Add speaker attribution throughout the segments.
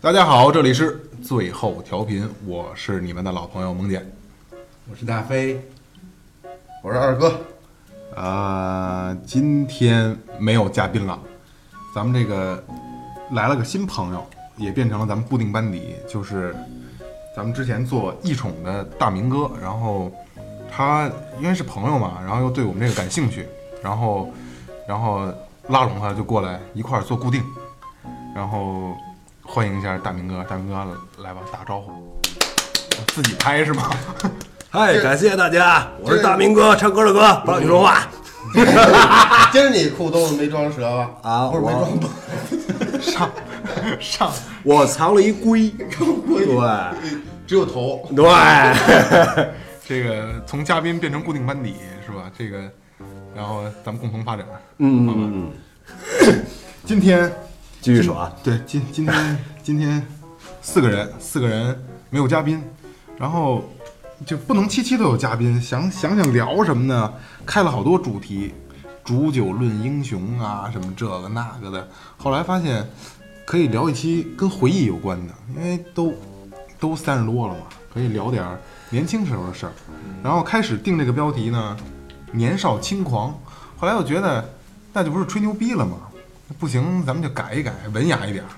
Speaker 1: 大家好，这里是最后调频，我是你们的老朋友萌姐。
Speaker 2: 我是大飞，我是二哥，
Speaker 1: 啊、今天没有嘉宾了，咱们这个来了个新朋友，也变成了咱们固定班底，就是咱们之前做异宠的大明哥，然后他因为是朋友嘛，然后又对我们这个感兴趣，然后然后拉拢他就过来一块儿做固定，然后欢迎一下大明哥，大明哥来吧，打个招呼，自己拍是吗？
Speaker 3: 嗨，感谢大家，我是大明哥，唱歌的哥，不让你说话。
Speaker 2: 今儿你裤兜子没装折吧？
Speaker 3: 啊
Speaker 2: 不是没
Speaker 3: 我
Speaker 2: 装吧？
Speaker 1: 上上。
Speaker 3: 我藏了一龟， 对
Speaker 2: 只有头。
Speaker 3: 对，
Speaker 1: 这个从嘉宾变成固定班底是吧？这个，然后咱们共同发展。
Speaker 3: 嗯嗯嗯，
Speaker 1: 今天
Speaker 3: 继续说啊，
Speaker 1: 对今今天今天四个人，四个人没有嘉宾，然后就不能期期都有嘉宾。想想想聊什么呢？开了好多主题，煮酒论英雄啊，什么这个那个的。后来发现可以聊一期跟回忆有关的，因为都都三十多了嘛，可以聊点儿年轻时候的事儿。然后开始定这个标题呢，年少轻狂。后来我觉得那就不是吹牛逼了吗？那不行，咱们就改一改，文雅一点儿，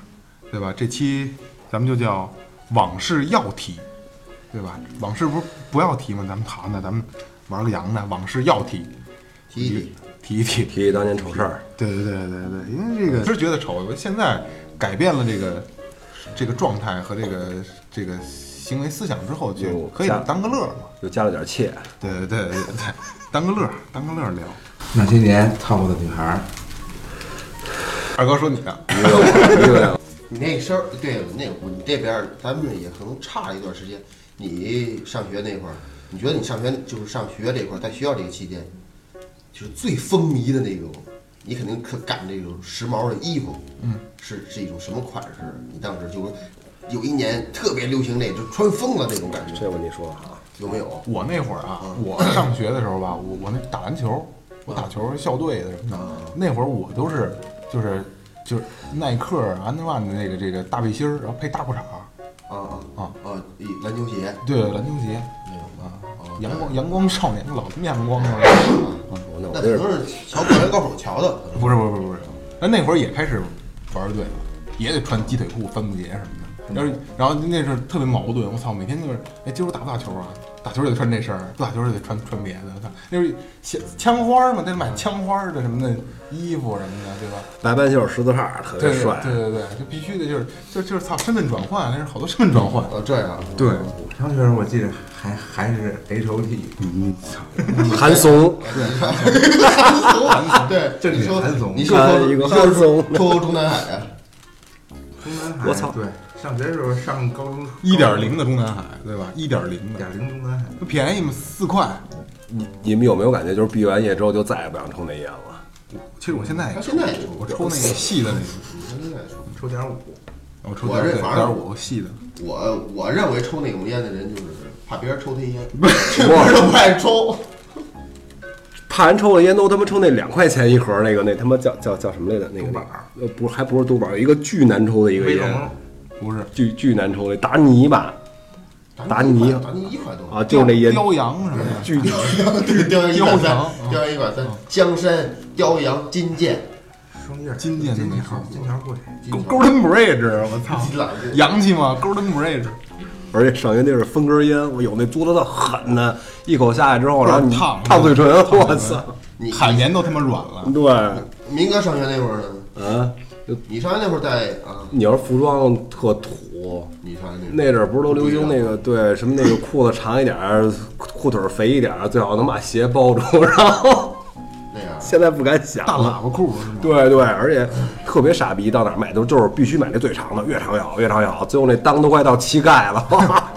Speaker 1: 对吧？这期咱们就叫往事要提，对吧？往事不是不要提吗？咱们谈呢，咱们玩个洋的，往事要提，
Speaker 2: 提一提，
Speaker 1: 提一提。
Speaker 3: 提起当年丑事儿，
Speaker 1: 对对对对对，因为这个不是觉得丑，我现在改变了这个这个状态和这个这个行为思想之后，就
Speaker 3: 有
Speaker 1: 可以
Speaker 3: 加
Speaker 1: 当个乐儿嘛。
Speaker 3: 又加了点 怯。
Speaker 1: 对对对对对，当个乐儿，当个乐儿聊。
Speaker 2: 那些年烫过的女孩，
Speaker 1: 二哥说你啊的，
Speaker 3: 一个一个，
Speaker 2: 你那身儿，对，那我你这边儿咱们也可能差了一段时间。你上学那会儿，你觉得你上学就是上学这块儿，在学校这个期间，就是最风靡的那种，你肯定可赶这种时髦的衣服，嗯，是是一种什么款式？你当时就是有一年特别流行那，就穿疯了那种感 觉，
Speaker 3: 这我跟你说啊，
Speaker 2: 有没有？
Speaker 1: 我那会儿啊，我上学的时候吧，我我那打篮球，我打球校队的什么的，那会儿我都是就是就是耐克、啊安德万的那个这个大背心儿，然后配大裤衩儿，
Speaker 2: 啊
Speaker 1: 啊
Speaker 2: 啊！一篮球鞋，
Speaker 1: 对，篮球鞋
Speaker 2: 没有
Speaker 1: 啊
Speaker 2: 哦，
Speaker 1: 阳光阳光少年，老他妈阳光了。
Speaker 3: 我那我
Speaker 2: 那
Speaker 3: 这
Speaker 2: 可
Speaker 3: 是
Speaker 2: 能是瞧《灌篮高手》瞧 的，
Speaker 1: 不是不是不是不是，那那会儿也开始玩队了，也得穿鸡腿裤、帆布鞋什么
Speaker 2: 嗯
Speaker 1: 的。然后然后那阵儿特别矛盾，我操，每天就是哎，今儿我打不打球啊？打球就得穿这身儿，不打球就得穿穿别的。我操，那时候枪枪花儿嘛，得买
Speaker 2: 嗯
Speaker 1: 枪花儿的什么的衣服什么的，对吧？
Speaker 3: 白半袖十字叉，特别
Speaker 1: 对
Speaker 3: 帅。
Speaker 1: 对对对，就必须得就是就就是操身份转换，那是好多身份转换。
Speaker 2: 呃，这样
Speaker 1: 对，
Speaker 4: 上学时候我记得还还是 H O T，
Speaker 1: 你操，
Speaker 3: 韩怂，
Speaker 2: 对，
Speaker 4: 这
Speaker 2: 你
Speaker 4: 里
Speaker 2: 说
Speaker 4: 韩松
Speaker 2: 你说脱
Speaker 3: 看一个
Speaker 2: 说
Speaker 3: 韩松
Speaker 2: 脱欧中南海啊，
Speaker 4: 中南海。
Speaker 3: 我操
Speaker 4: 对，上学的时候上高中
Speaker 1: 一点零的中南海，对吧？一点零
Speaker 4: 一
Speaker 1: 的
Speaker 4: 点零中南海，
Speaker 1: 不便宜吗？四块。
Speaker 3: 你你们有没有感觉，就是毕完业之后就再也不想抽那烟了？
Speaker 1: 其实我现在也
Speaker 2: 他啊现在也
Speaker 1: 我抽那个细的那个。
Speaker 4: 抽点五，
Speaker 1: 我哦抽
Speaker 2: 我这反而
Speaker 1: 我细的，
Speaker 2: 我我认为抽那种烟的人就是怕别人抽他烟， 我都不爱抽。
Speaker 3: 怕人抽的烟都他妈抽那两块钱一盒那个，那他妈叫叫叫什么来着？那个那个
Speaker 4: 毒板儿
Speaker 3: 呃，不是还不是毒板儿，一个巨难抽的一个
Speaker 4: 威
Speaker 3: 烟
Speaker 4: 龙，
Speaker 1: 不是
Speaker 3: 巨巨难抽的达尼吧。
Speaker 2: 打
Speaker 3: 打
Speaker 2: 你
Speaker 3: 你
Speaker 2: 一
Speaker 3: 一
Speaker 2: 块打你一块多，
Speaker 3: 啊，就是那烟
Speaker 1: 雕羊什么的，
Speaker 3: 巨
Speaker 2: 对，雕羊一块
Speaker 1: 雕
Speaker 2: 三
Speaker 1: 羊，嗯
Speaker 2: 雕羊一块三，江山、雕羊、金剑、
Speaker 4: 双叶
Speaker 1: 金剑
Speaker 4: 金
Speaker 1: 那
Speaker 4: 条
Speaker 1: 号
Speaker 4: 金条贵，
Speaker 2: 金
Speaker 1: ，Go-
Speaker 2: 条
Speaker 1: Golden Bridge，我操
Speaker 2: 金，狼这
Speaker 1: 洋气吗？Golden Bridge，
Speaker 3: 而且上学那是分根烟，我有那嘬的的狠呢，一口下来之后，然后你
Speaker 1: 烫
Speaker 3: 烫嘴唇，
Speaker 1: 烫嘴唇
Speaker 3: 我操！
Speaker 2: 你
Speaker 1: 海绵都他妈软了，
Speaker 3: 对，
Speaker 2: 明哥上学那会儿呢？
Speaker 3: 啊，
Speaker 2: 你上学那会儿在啊？
Speaker 3: 你要是服装特土，
Speaker 2: 你上学
Speaker 3: 那
Speaker 2: 那会儿
Speaker 3: 阵儿不是都流行那个对什么那个裤子长一点儿，裤腿儿肥一点儿，最好能把鞋包住，然后
Speaker 2: 那样，啊
Speaker 3: 现在不敢想
Speaker 1: 大
Speaker 3: 了。
Speaker 1: 喇叭裤是吗？
Speaker 3: 对对，而且特别傻逼，到哪儿买都就是必须买那最长的，越长越好，越长越好。最后那裆都快到膝盖了，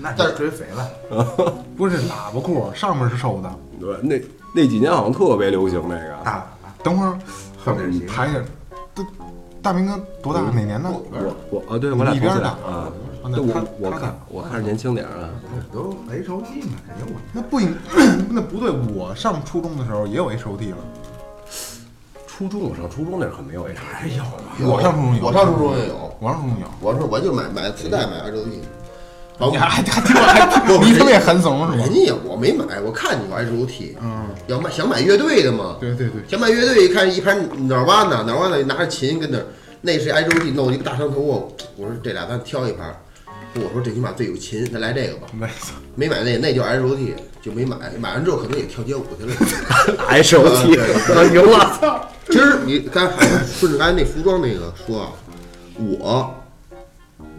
Speaker 4: 那
Speaker 2: 但
Speaker 4: 就是追肥了。
Speaker 1: 不是喇叭裤，上面是瘦的。
Speaker 3: 对，那那几年好像特别流行那个。
Speaker 4: 大喇
Speaker 1: 等会儿
Speaker 4: 后面
Speaker 1: 你
Speaker 4: 是
Speaker 1: 谈一下，大大明哥多大？哪年的？
Speaker 3: 我我啊，对我俩
Speaker 1: 一
Speaker 3: 同
Speaker 1: 边
Speaker 3: 岁
Speaker 1: 的
Speaker 3: 啊。
Speaker 1: 啊
Speaker 3: 那
Speaker 1: 那他
Speaker 3: 我我
Speaker 1: 他
Speaker 3: 看
Speaker 1: 大
Speaker 3: 我看着年轻点儿啊。
Speaker 4: 叭，我都 H O T 买的，我
Speaker 1: 那不应， 那不对。我上初中的时候也有 HOT 了，
Speaker 3: 初中我上初中那会儿可没有 H，
Speaker 4: 还有
Speaker 1: 我上初中有，
Speaker 2: 我上初中也有，
Speaker 1: 王书有，
Speaker 2: 我说我就买买磁带，买二周娉，
Speaker 1: 你还还还挺 还挺，你他妈也很怂是
Speaker 2: 啊人
Speaker 1: 吧？
Speaker 2: 家也我没买，我看你玩 S O T，
Speaker 1: 嗯，
Speaker 2: 要买想买乐队的嘛，
Speaker 1: 对对对，
Speaker 2: 想买乐队一看一盘哪哇呢哪哇呢拿着琴跟那儿，那是 S O T 弄一个大长头我我说这俩咱挑一盘，我说这起码最有琴，咱来这个吧，
Speaker 1: 没错，
Speaker 2: 没买那那就 S O T 就没买，买完之后可能也跳街舞去了。
Speaker 3: S O T，赢了，
Speaker 2: 其实你刚才顺着刚才那服装那个说啊，我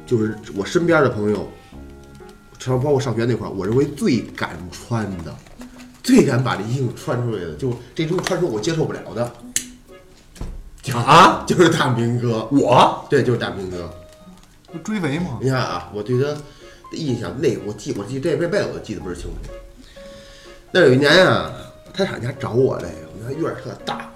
Speaker 2: 就是我身边的朋友，上包括上学那块儿，我认为最敢穿的、最敢把这衣服穿出来的，就这种穿出我接受不了的，
Speaker 3: 啊，
Speaker 2: 就是大明哥。
Speaker 3: 我
Speaker 2: 对，就是大明哥。
Speaker 1: 不追肥嘛，
Speaker 2: 你看啊，我对他的印象，那我记，我记这这辈子我都记得倍儿清楚。那有一年啊，他上家找我来，我们家院儿特大，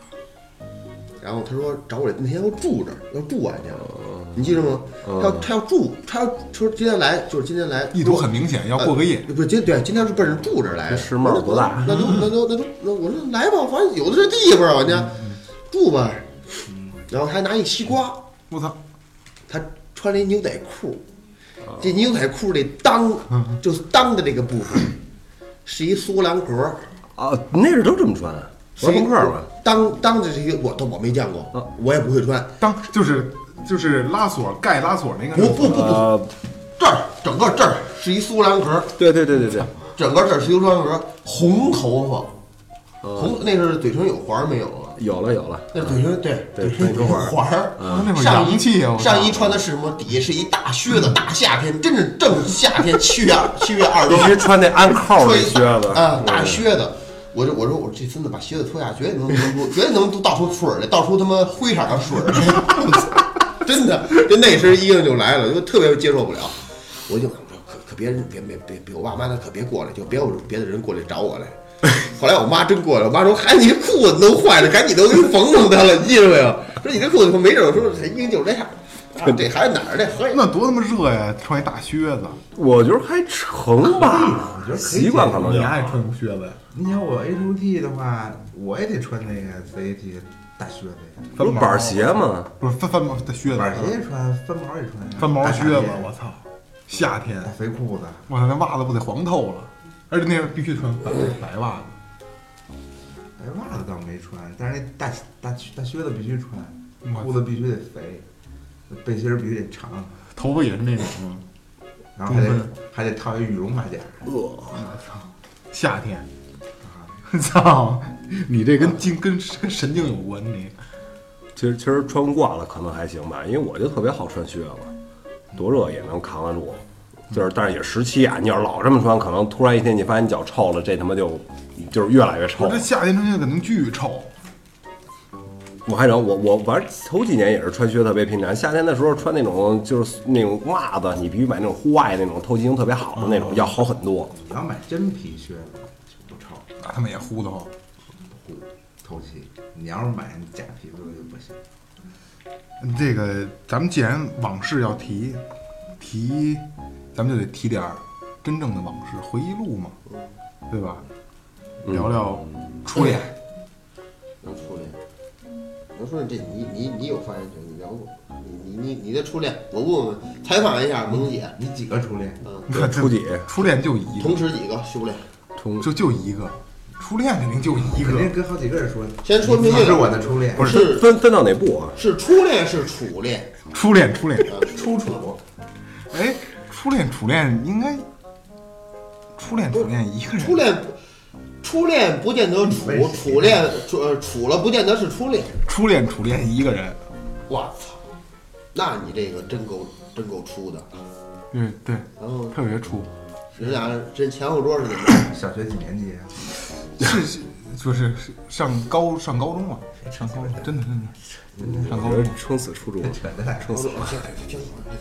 Speaker 2: 然后他说找我来那天要住这儿，要住俺家，
Speaker 1: 哦
Speaker 2: 你记着吗？他要他要住，他要说今天来就是今天来，
Speaker 1: 意图很明显，要过个夜。
Speaker 2: 不是今对，今天是奔着住这儿来的。
Speaker 3: 这世贸多大
Speaker 2: 那都那都那都那我说来吧，反正有的是地方啊，我
Speaker 1: 嗯
Speaker 2: 家住吧。然后还拿一西瓜，
Speaker 1: 我操，
Speaker 2: 他穿了一牛仔裤，这牛仔裤这裆就是裆的这个部分，是一苏格兰格儿，
Speaker 3: 啊，那是都这么穿，
Speaker 2: 是
Speaker 3: 玩
Speaker 2: 一
Speaker 3: 朋克吧？？
Speaker 2: 裆裆的这些我都我没见
Speaker 3: 啊
Speaker 2: 过，我也不会穿，
Speaker 1: 当就是就是拉锁盖拉锁那个，
Speaker 2: 不不不不，
Speaker 3: 呃，
Speaker 2: 这儿整个这儿是一苏格兰格儿，
Speaker 3: 对对对对对，
Speaker 2: 整个这儿是一苏格兰格儿，红头发，红那是嘴唇有环儿没有啊？
Speaker 3: 有了有了，
Speaker 2: 那嘴唇对
Speaker 3: 对
Speaker 2: 嘴唇有环儿
Speaker 1: 嗯那会儿
Speaker 2: 上
Speaker 1: 洋
Speaker 2: 衣
Speaker 1: 气啊我操
Speaker 2: 上衣穿的是什么？底下是一大靴子，大夏天，真是正夏天，七月七月二十
Speaker 3: 必
Speaker 2: 多，
Speaker 3: 须穿那安扣那靴子嗯
Speaker 2: 啊，大靴子。我就我说我这孙子把靴子脱下，绝对能能多，绝对能倒出水儿来，倒出他妈灰色的水儿来， 真的，就那身衣裳就来了，就特别接受不了。我就我说可可别别别别别，我爸妈他可别过来，就别有别的人过来找 我来。后来我妈真过来，我妈说：“孩子，你这裤子都坏了，赶紧都给缝缝它了，你记着没有？”说你这裤子没事儿，我说这衣裳就这样。 啊，这孩子哪儿的？合着
Speaker 1: 那多他妈热呀！穿一大靴子，
Speaker 3: 我觉得还成吧
Speaker 4: 我觉，得可以
Speaker 3: 习惯可能
Speaker 4: 解
Speaker 3: 就
Speaker 4: 决
Speaker 3: 好。
Speaker 1: 穿靴子？
Speaker 4: 你想我 H O T 的话，我也得穿那个 C A T 大靴子呀，
Speaker 3: 不是板鞋吗？
Speaker 1: 不是翻翻毛的靴子，啊
Speaker 4: 板鞋也穿，翻毛也穿呀，
Speaker 1: 翻毛
Speaker 4: 大
Speaker 1: 靴
Speaker 4: 傻
Speaker 1: 子啊
Speaker 4: 逼，
Speaker 1: 我操！夏天，
Speaker 4: 大肥裤子，
Speaker 1: 我操，那袜子不得黄透了？而且那样必须穿白白袜子。
Speaker 4: 哎，袜子倒没穿，但是那大大靴大靴子必须穿，
Speaker 1: 我
Speaker 4: 裤子必须得肥，背心儿必须得长，
Speaker 1: 头发也是那种，
Speaker 4: 然后还
Speaker 1: 中
Speaker 4: 得
Speaker 1: 分
Speaker 4: 还得套一羽绒马甲。
Speaker 1: 我操，夏天， 操，你这跟精跟跟神经有关，你
Speaker 3: 其实其实穿惯了可能还行吧，因为我就特别好穿靴子，多热也能扛得住。就是，但是也时期啊，你要是老这么穿，可能突然一天你发现你脚臭了，这他妈就就是越来越臭
Speaker 1: 我。这夏天穿靴子肯定巨臭。
Speaker 3: 我还能，我我玩头几年也是穿靴特别频繁，夏天的时候穿那种就是那种袜子，你必须买那种户外那种透气性特别好的
Speaker 1: 嗯
Speaker 3: 那种，要好很 多。
Speaker 4: 你要买真皮靴子就不臭，
Speaker 1: 那啊他们也糊得慌。
Speaker 4: 不透气。你要是买假皮子的就不行。
Speaker 1: 这个咱们既然往事要提，提，咱们就得提点儿真正的往事，回忆录嘛，对吧？聊聊初恋，
Speaker 2: 能初恋，能说这你你你有发言权，你聊过，你你你你的初恋，我问问采访一下萌姐，
Speaker 4: 你几个初恋？
Speaker 2: 嗯，
Speaker 1: 你看这
Speaker 3: 初几
Speaker 1: 初恋就一
Speaker 2: 同
Speaker 1: 个，
Speaker 2: 时几个修炼？
Speaker 3: 冲
Speaker 1: 就就一个，初恋肯定就一
Speaker 4: 肯
Speaker 1: 个
Speaker 4: 定。跟好几个人说。
Speaker 2: 先说明
Speaker 4: 你是我的初恋，
Speaker 1: 不是
Speaker 2: 是
Speaker 3: 分分到哪步啊？
Speaker 2: 是初恋是初恋，呃
Speaker 1: 初恋，初恋，
Speaker 4: 初楚。
Speaker 1: 哎，初恋，初恋应该，初恋，初恋一个人，
Speaker 2: 初恋初恋不见得处，处恋处呃处了不见得是初恋。
Speaker 1: 初恋，初恋一个人，
Speaker 2: 我操，那你这个真够真够粗的。
Speaker 1: 对对，
Speaker 2: 然后
Speaker 1: 特别初，
Speaker 2: 人俩这前后桌是怎么着？
Speaker 4: 小学几年级啊？
Speaker 1: 是 是就是是上高上高中了，上高中，真的真的上高中了。
Speaker 3: 撑死 初中，
Speaker 4: 扯淡！
Speaker 3: 撑死了。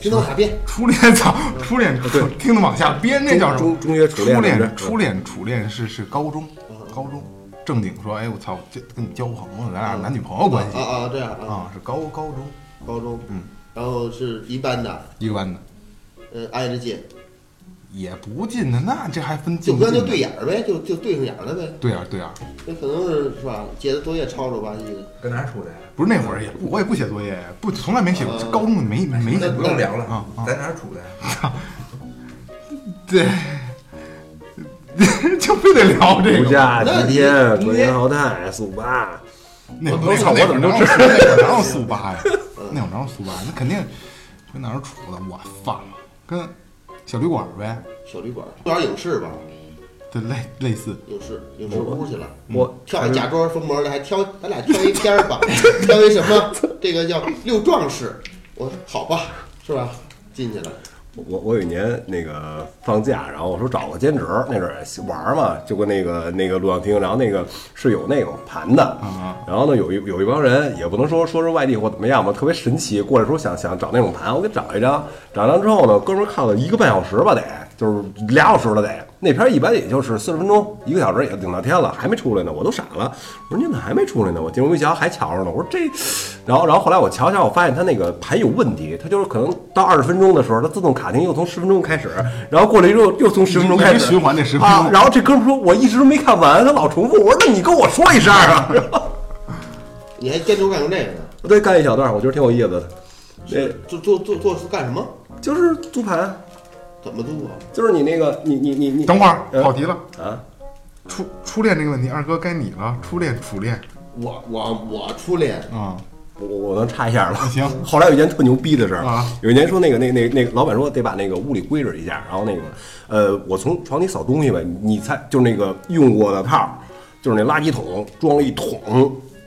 Speaker 2: 听到哪边？
Speaker 1: 初恋操，初恋初听着往下编，那叫什么
Speaker 3: 中？中学初
Speaker 1: 初
Speaker 3: 恋来
Speaker 1: 恋，
Speaker 3: 着
Speaker 1: 初恋，初恋是是高中，高中正经说，哎我操，这跟你交朋友，咱俩男女朋友关系
Speaker 2: 啊啊，这样啊，
Speaker 1: 啊，是高高中
Speaker 2: 高中，
Speaker 1: 嗯，
Speaker 2: 然后是一班的，
Speaker 1: 一个班的，
Speaker 2: 呃，挨着近，
Speaker 1: 也不近的，那这还分
Speaker 2: 就
Speaker 1: 近不
Speaker 2: 跟
Speaker 1: 近
Speaker 2: 就
Speaker 1: 的
Speaker 2: 对眼儿呗，就就对上眼儿了呗。
Speaker 1: 对啊对啊，
Speaker 2: 那可能是是吧？借的作业抄手吧唧的。
Speaker 4: 搁哪儿出的呀？
Speaker 1: 不是那会儿也不我也不写作业，不从来没写过，
Speaker 2: 呃
Speaker 1: 高中没没
Speaker 4: 那
Speaker 1: 写
Speaker 4: 不
Speaker 1: 过
Speaker 4: 用聊了，
Speaker 1: 啊啊，
Speaker 4: 在哪儿处的呀？
Speaker 1: 对， 就非得聊这个
Speaker 3: 如家、
Speaker 2: 那
Speaker 3: 吉
Speaker 2: 你
Speaker 3: 天、昨天淘汰、速八，
Speaker 1: 那
Speaker 2: 我
Speaker 1: 那
Speaker 2: 都
Speaker 1: 会儿
Speaker 2: 我怎么
Speaker 1: 那会儿哪有哪有速八呀？那会儿哪有速八？那肯定这哪儿处的？我放跟小旅馆呗，
Speaker 2: 小旅馆，有点影视吧，
Speaker 1: 对类类似。
Speaker 2: 影视影视屋去了。
Speaker 1: 嗯
Speaker 3: 我
Speaker 2: 跳假装封门的，还挑咱俩挑一片儿 吧，挑一什么？这个叫六壮士。我说好吧，是吧？进去了，
Speaker 3: 我我有一年那个放假，然后我说找个兼职，那阵儿玩儿嘛，就跟那个那个录像厅，然后那个是有那种盘的
Speaker 1: 啊，
Speaker 3: 然后呢有一有一帮人，也不能说说是外地或怎么样吧，特别神奇，过来说想想找那种盘，我给找一张，找一张之后呢，哥们儿看了一个半小时吧，得就是俩小时了得，那片儿一般也就是四十分钟，一个小时也顶到天了，还没出来呢，我都傻了，我说你怎么还没出来呢？我进屋一瞧还瞧着呢，我说这，然后然后后来我瞧瞧，我发现他那个盘有问题，他就是可能到二十分钟的时候，他自动卡停，又从十分钟开始，然后过了一周又从十分钟开
Speaker 1: 你
Speaker 3: 始
Speaker 1: 你循环这10分钟
Speaker 3: 啊，然后这哥们儿说我一直都没看完，他老重复，我说那你跟我说一 声啊，然后
Speaker 2: 你还坚持干成这个呢？
Speaker 3: 我再干一小段，我觉得挺有意思的，
Speaker 2: 是做做做做是干什么？
Speaker 3: 那就是租盘，
Speaker 2: 怎么做啊？
Speaker 3: 就是你那个你你你你
Speaker 1: 等会儿
Speaker 3: 呃
Speaker 1: 跑题了，
Speaker 3: 啊，
Speaker 1: 初初恋这个问题，二哥该你了。初恋，初恋
Speaker 2: 我我我初恋，
Speaker 1: 啊，
Speaker 3: 我我我能插一下吗？
Speaker 1: 行
Speaker 3: 后来有一件特牛逼的事儿
Speaker 1: 啊，
Speaker 3: 有一年说那个那那那老板说得把那个屋里归置一下，然后那个呃，我从床底扫东西呗，你猜就是那个用过的泡儿，就是那垃圾桶装了一桶，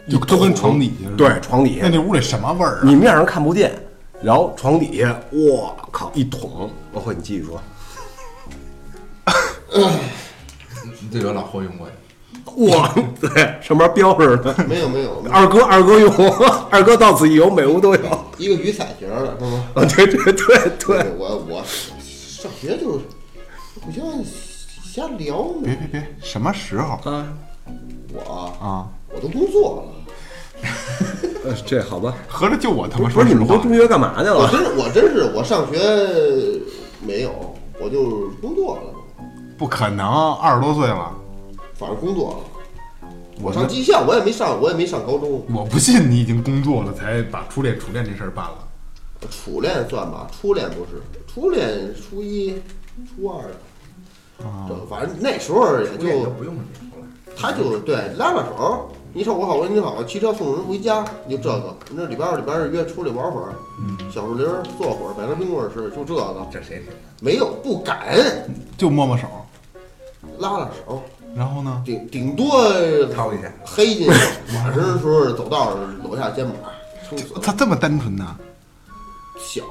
Speaker 1: 就
Speaker 3: 一桶
Speaker 1: 都跟床底下似的
Speaker 3: 对，床底下
Speaker 1: 那那屋里什么味儿啊？
Speaker 3: 你面上看不见，然后床底下，我靠，一桶，我会你继续说，
Speaker 4: 你这有老霍用过呀？
Speaker 3: 哇，对，上面标着呢，
Speaker 2: 没有没 有，
Speaker 3: 二哥二哥用，二哥到此一游，每屋都有， 啊，
Speaker 2: 一个雨伞型的，是吗？
Speaker 3: 对对对对，
Speaker 2: 我我上学就是互相瞎聊
Speaker 1: 别
Speaker 2: 呢。
Speaker 1: 别别，什么时候
Speaker 3: 啊，
Speaker 2: 我
Speaker 1: 啊？
Speaker 2: 我都工作了，
Speaker 3: 呃，这好吧，
Speaker 1: 合着就我他妈
Speaker 3: 不
Speaker 1: 说
Speaker 3: 是你
Speaker 1: 实
Speaker 3: 们都
Speaker 1: 话，
Speaker 3: 中学干嘛去
Speaker 2: 我
Speaker 3: 了？
Speaker 2: 真是我真是我上学没有，我就是工作了，
Speaker 1: 不可能，二十多岁了，
Speaker 2: 反正工作了。
Speaker 1: 我
Speaker 2: 我上技校，我也没上，我也没上高中。
Speaker 1: 我不信你已经工作了才把初恋初恋这事儿办了。
Speaker 2: 初恋算吧，初恋不是，初恋初一、初二的，这反正那时候也
Speaker 4: 初恋
Speaker 2: 就
Speaker 4: 就不用聊了。
Speaker 2: 他就对拉把手，你瞅我好，我瞅你好，骑车送人回家，你就这个。你这礼拜二、礼拜二约出来玩会儿，小树林儿坐会儿，摆根冰棍儿吃，就这个。
Speaker 4: 这谁听的？
Speaker 2: 没有不敢
Speaker 1: 就摸摸手，
Speaker 2: 拉拉手，
Speaker 1: 然后呢？
Speaker 2: 顶顶多
Speaker 4: 掏一下，
Speaker 2: 黑进去。晚上的时候走道儿搂下肩膀，撑死
Speaker 1: 他这么单纯呢？
Speaker 2: 小，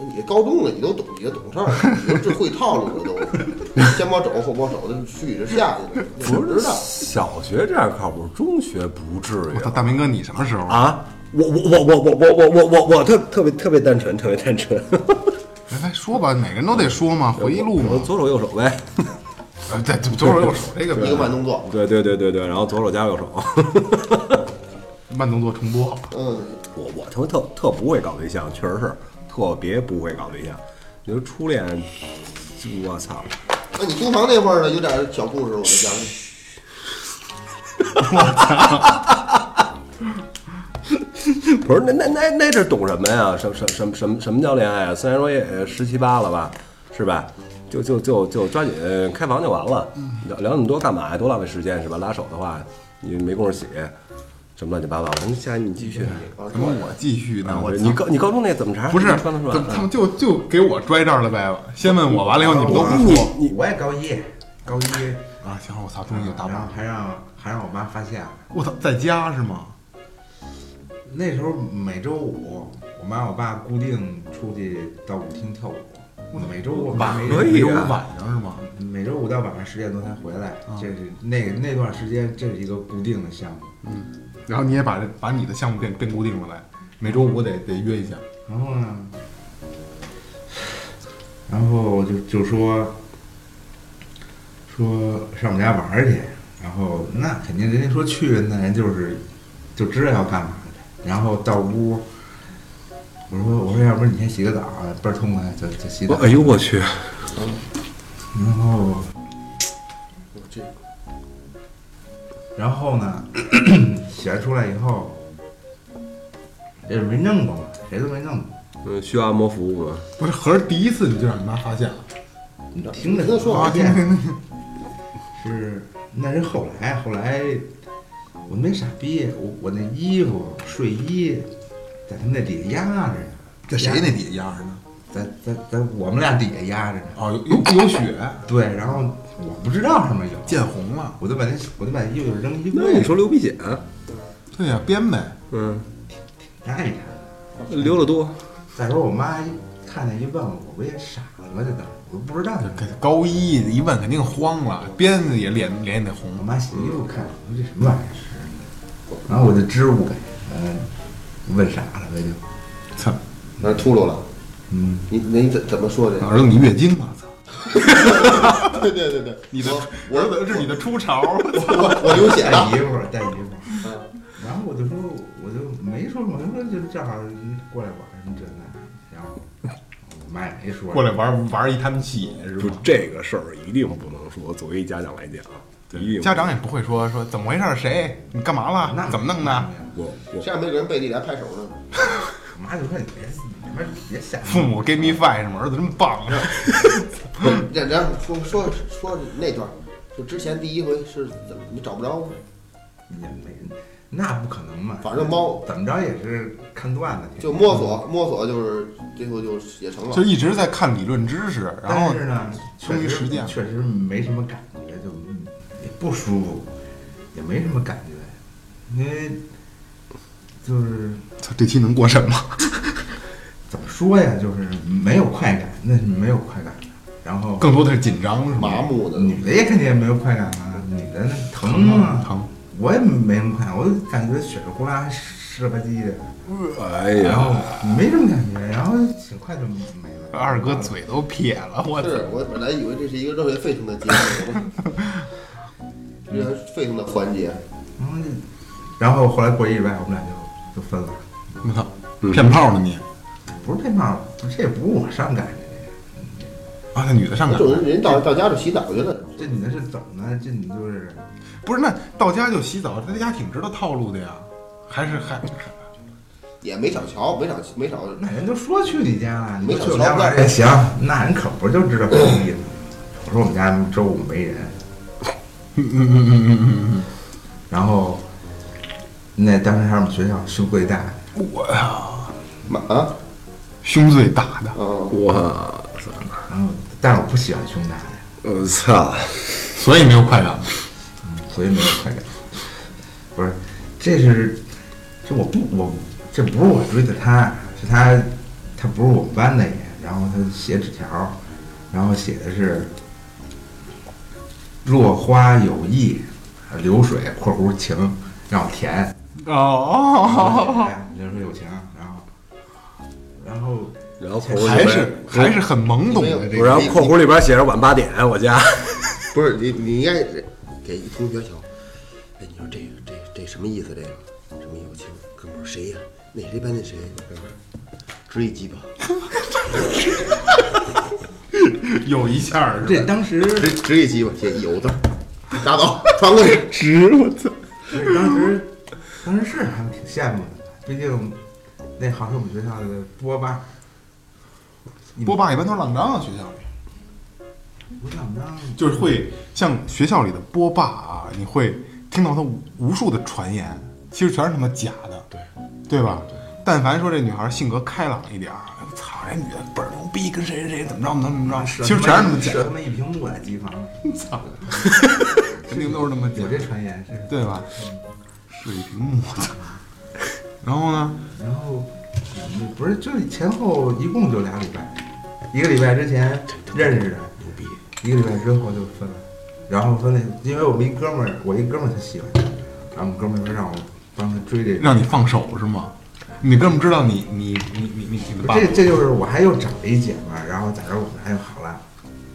Speaker 2: 你高中了，你都懂，你都懂事儿，你都这会套路了都，先摸肘后摸手的去就下去了，我
Speaker 3: 不
Speaker 2: 知
Speaker 3: 是
Speaker 2: 道。
Speaker 3: 小学这样靠谱，中学不至于
Speaker 1: 我操，大明哥，你什么时候？
Speaker 3: 啊！我我我我我我我我我特特别特别单纯，特别单纯，
Speaker 1: 来来说吧，每个人都得说嘛，回忆录
Speaker 3: 我
Speaker 1: 嘛。
Speaker 3: 左手右手呗。
Speaker 1: 呃对，左手右手这个
Speaker 2: 一个慢动作，
Speaker 3: 对对对对对，然后左手加右手。
Speaker 1: 慢动作重播，
Speaker 2: 嗯，
Speaker 3: 我我他妈特特不会搞对象，确实是特别不会搞对象。你说初恋，就我操！
Speaker 2: 那你租房那会儿呢，有点小故事，我讲讲。
Speaker 3: 不是那那那那这懂什么呀？什什什什么什么叫恋爱啊？虽然说也十七八了吧，是吧？就就就就抓紧开房就完了，聊聊那么多干嘛呀？多浪费时间是吧？拉手的话，你没工夫洗，什么乱七八糟的。那下一你继续。
Speaker 1: 怎
Speaker 2: 啊
Speaker 1: 么我继续呢？我
Speaker 3: 啊你高你高中那怎么查？
Speaker 1: 不是，
Speaker 3: 啊
Speaker 1: 怎
Speaker 3: 你穿的
Speaker 1: 么
Speaker 3: 是
Speaker 1: 他
Speaker 3: 吧？
Speaker 1: 们就就给我拽这儿了呗？先问我，完了以后你们都不
Speaker 3: 你
Speaker 1: 说
Speaker 3: 你
Speaker 4: 我也高一，高一，
Speaker 1: 啊！行了，我操，终于有答
Speaker 4: 然后
Speaker 1: 案。
Speaker 4: 还让还让我妈发现了。啊
Speaker 1: 我操，在家是吗？
Speaker 4: 那时候每周五，我妈我爸固定出去到舞厅跳舞。每周五
Speaker 1: 晚
Speaker 4: 每
Speaker 1: 上
Speaker 3: 可以
Speaker 1: 有
Speaker 3: 啊
Speaker 1: 晚上是吗？
Speaker 4: 每周五到晚上十点多才回来
Speaker 1: 啊，
Speaker 4: 这是那那段时间这是一个固定的项目。
Speaker 1: 然后你也把这把你的项目变变固定了呗？每周五得得约一下。
Speaker 4: 然后呢，然后就就说说上我们家玩儿去，然后那肯定人家说去，那人就是就知道要干嘛的。然后到屋，啊
Speaker 3: 哦哎
Speaker 4: 我说我说要不然你先洗个澡，倍儿痛快，就就洗澡。
Speaker 3: 哎呦我去！
Speaker 4: 然后
Speaker 2: 我这
Speaker 4: 然后呢， 选出来以后，这是没弄过嘛，谁都没弄过。
Speaker 3: 嗯，需要按摩服务吗？
Speaker 1: 不是合着第一次你就让你妈发现了，
Speaker 4: 你听着
Speaker 2: 你跟他说
Speaker 4: 好
Speaker 2: 话
Speaker 4: 听啊 是那是后来，后来我没傻逼，我我那衣服睡衣在他们那底下压着呢，
Speaker 1: 在谁那底下压着呢？
Speaker 4: 在在在我们俩底下压着呢。
Speaker 1: 哦，有有有血，
Speaker 4: 对，然后我不知道上面有，
Speaker 1: 见红了。
Speaker 4: 我就把那我就把衣服扔衣
Speaker 3: 那你
Speaker 4: 柜，
Speaker 3: 说流鼻啊血，
Speaker 1: 对呀、编呗。
Speaker 3: 嗯，
Speaker 4: 那一看。
Speaker 3: 流的多，
Speaker 4: 再说我妈一看见一问我，我也傻了嘛，这当时我都不知道这
Speaker 1: 可高一一问肯定慌了，编的也脸脸也得
Speaker 4: 我
Speaker 1: 红。
Speaker 4: 妈洗衣服看，我说这什么玩意儿是？然后我就支吾呗，嗯，问傻了呗就，
Speaker 1: 操，
Speaker 2: 那秃噜了。
Speaker 4: 嗯，
Speaker 2: 你你怎怎么说的？
Speaker 1: 儿子你月经了，操！
Speaker 2: 对对对对，
Speaker 1: 你的
Speaker 2: 我
Speaker 1: 儿子这是你的初潮，
Speaker 2: 我我流血
Speaker 4: 带
Speaker 2: 了。
Speaker 4: 衣服带衣服，
Speaker 2: 嗯
Speaker 4: 然后我就说我就没说什么，我说就正好过来玩儿什么这那，然后我妈也没说
Speaker 1: 过来玩玩一滩血是
Speaker 3: 不
Speaker 1: 吧，？
Speaker 3: 这个事儿一定不能说。作为家长来讲，一定
Speaker 1: 家长也不会说说怎么回事儿，谁你干嘛
Speaker 4: 那
Speaker 1: 了，怎么弄的？
Speaker 3: 我我
Speaker 2: 下面有个人背地里还拍手呢。
Speaker 4: 我妈就说你别你妈别瞎
Speaker 1: 父母 give me five 什么，儿子真棒，
Speaker 2: 然然后说说说那段儿，就之前第一回是怎么你找不着吗？
Speaker 4: 也没那不可能嘛，
Speaker 2: 反正猫
Speaker 4: 怎么着也是看段子听，
Speaker 2: 就摸索摸索，就是最后就也成了
Speaker 1: 就。一直在看理论知识，然后
Speaker 4: 但是呢，
Speaker 1: 出于
Speaker 4: 确实
Speaker 1: 实践
Speaker 4: 确实没什么感觉，就也不舒服，也没什么感觉，因为就是
Speaker 1: 操这期能过审吗？
Speaker 4: 怎么说呀，就是没有快感，那是没有快感的。然后
Speaker 1: 更多的是紧张是
Speaker 2: 麻
Speaker 1: 吗？
Speaker 2: 木的，
Speaker 4: 女的也肯定也没有快感啊，女的那疼啊，
Speaker 1: 嗯疼，
Speaker 4: 我也没什么快感，我就感觉血着呼啦湿了吧唧的，
Speaker 3: 哎
Speaker 4: 然
Speaker 3: 呀，
Speaker 4: 后没什么感觉，然后挺快就没了。
Speaker 1: 啊二哥嘴都撇了，我操！
Speaker 2: 是我本来以为这是一个热血沸腾的节目， 热血沸腾的环节，
Speaker 4: 然后就，嗯然后后来过一礼拜，我们俩就就分了。
Speaker 1: 我操，骗炮呢你？
Speaker 4: 不是配胖，这也不是我上赶的。
Speaker 1: 啊，那女的上
Speaker 2: 这
Speaker 1: 赶
Speaker 2: 种人人到到家就洗澡去了。
Speaker 4: 这女的是怎么呢？这女就是
Speaker 1: 不是，那到家就洗澡，他家挺知道套路的呀，还是还
Speaker 2: 也没少瞧，没少没少，
Speaker 4: 那人都说去你家了，你
Speaker 2: 没
Speaker 4: 就
Speaker 2: 找
Speaker 4: 去我家
Speaker 2: 着
Speaker 4: 玩儿也哎行。那人可不就知道什么意思。我说我们家周五没人，
Speaker 1: 嗯嗯嗯嗯嗯
Speaker 4: 然后那当时还是我们学校修柜带，
Speaker 1: 嗯，我呀，
Speaker 2: 嘛啊，
Speaker 1: 胸最大的，
Speaker 2: 嗯，
Speaker 3: 我啊操，
Speaker 4: 然后但是我不喜欢胸大的，
Speaker 3: 我操，
Speaker 1: 所以没有快感。
Speaker 4: 所以没有快感。不是，这是这我不我这不是我追的她，是她她不是我们班的也，然后她写纸条，然后写的是落花有意，流水（括弧情）让我填，
Speaker 1: 哦，
Speaker 4: 流水有情，然后然后
Speaker 3: 然后括弧
Speaker 1: 还
Speaker 3: 里边
Speaker 1: 是还是很懵懂的这
Speaker 2: 没有
Speaker 1: 个，
Speaker 3: 然 后括弧里边写着晚八点我家，
Speaker 2: 不是你你应该给一同学瞧，哎，你说这这这这什么意思？这个什么友情？哥们儿谁呀、哪谁班的谁？哥们儿，追一鸡巴，
Speaker 1: 有一下儿
Speaker 4: 这当时
Speaker 2: 直直一鸡巴，写有字儿，拿走传过去。
Speaker 1: 直，我操！
Speaker 4: 当时当时是还挺羡慕的，毕竟那好像是我们学校的波霸，
Speaker 1: 波霸一般都是浪张啊，学校里
Speaker 4: 我想当
Speaker 1: 就是会像学校里的波霸啊，你会听到他无无数的传言，其实全是他妈假的，对对吧？但凡说这女孩性格开朗一点儿，哎我操，这女的倍儿牛逼，跟谁谁谁怎么着怎么着怎么着，其实全是他妈假
Speaker 4: 射
Speaker 1: 的
Speaker 4: 他妈一屏幕在机房，
Speaker 1: 操，肯定都是这么
Speaker 4: 有
Speaker 1: 讲
Speaker 4: 这，传言是。
Speaker 1: 对吧？水屏幕，我操 然后呢？
Speaker 4: 然后嗯不是，就是前后一共就俩礼拜，一个礼拜之前认识的，一个礼拜之后就分了。然后分了，因为我们一哥们儿，我一哥们儿他喜欢他，然后我们哥们儿说让我帮他追这个，
Speaker 1: 让你放手是吗？你哥们知道你你你你你你的爸爸
Speaker 4: 这，这就是我还又找了一姐们儿，然后在这儿我们还又好了，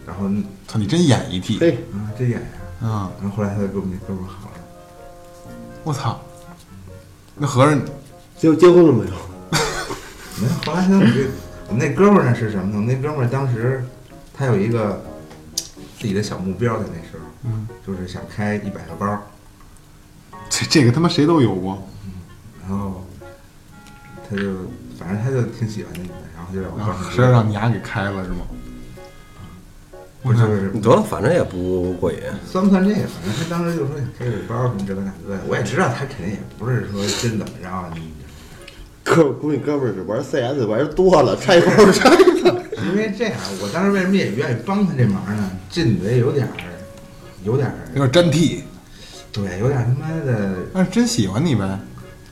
Speaker 4: 然后嗯
Speaker 1: 操，你真演一替
Speaker 2: 嘿，
Speaker 4: 啊这演呀，
Speaker 1: 啊！
Speaker 4: 然后后来他就跟我们那哥们儿好了，
Speaker 1: 我操，那合着
Speaker 2: 结结婚了没有？
Speaker 4: 没有，后来他我们这我们那哥们儿呢是什么呢？我们那哥们儿当时他有一个自己的小目标，在那时候，嗯，就是想开一百个包，
Speaker 1: 这这个他妈谁都有过，
Speaker 4: 然后他就反正他就挺喜欢那个的，然后就让我
Speaker 1: 然
Speaker 4: 帮
Speaker 1: 后
Speaker 4: 他
Speaker 1: 谁啊让你丫给开了是吗？
Speaker 4: 我就是
Speaker 3: 你得了，反正也不过瘾。
Speaker 4: 算不算这个？反正他当时就说想开个包什么这个那个的，我也知道他肯定也不是说真怎么着啊，你
Speaker 2: 哥，估计哥们儿是玩 CS 玩多了，拆包儿拆 的。
Speaker 4: 因为这样，我当时为什么也愿意帮他这忙呢？这女的有点儿，有点儿，
Speaker 1: 有点占替，
Speaker 4: 对，有点儿他妈的，
Speaker 1: 但是真喜欢你呗。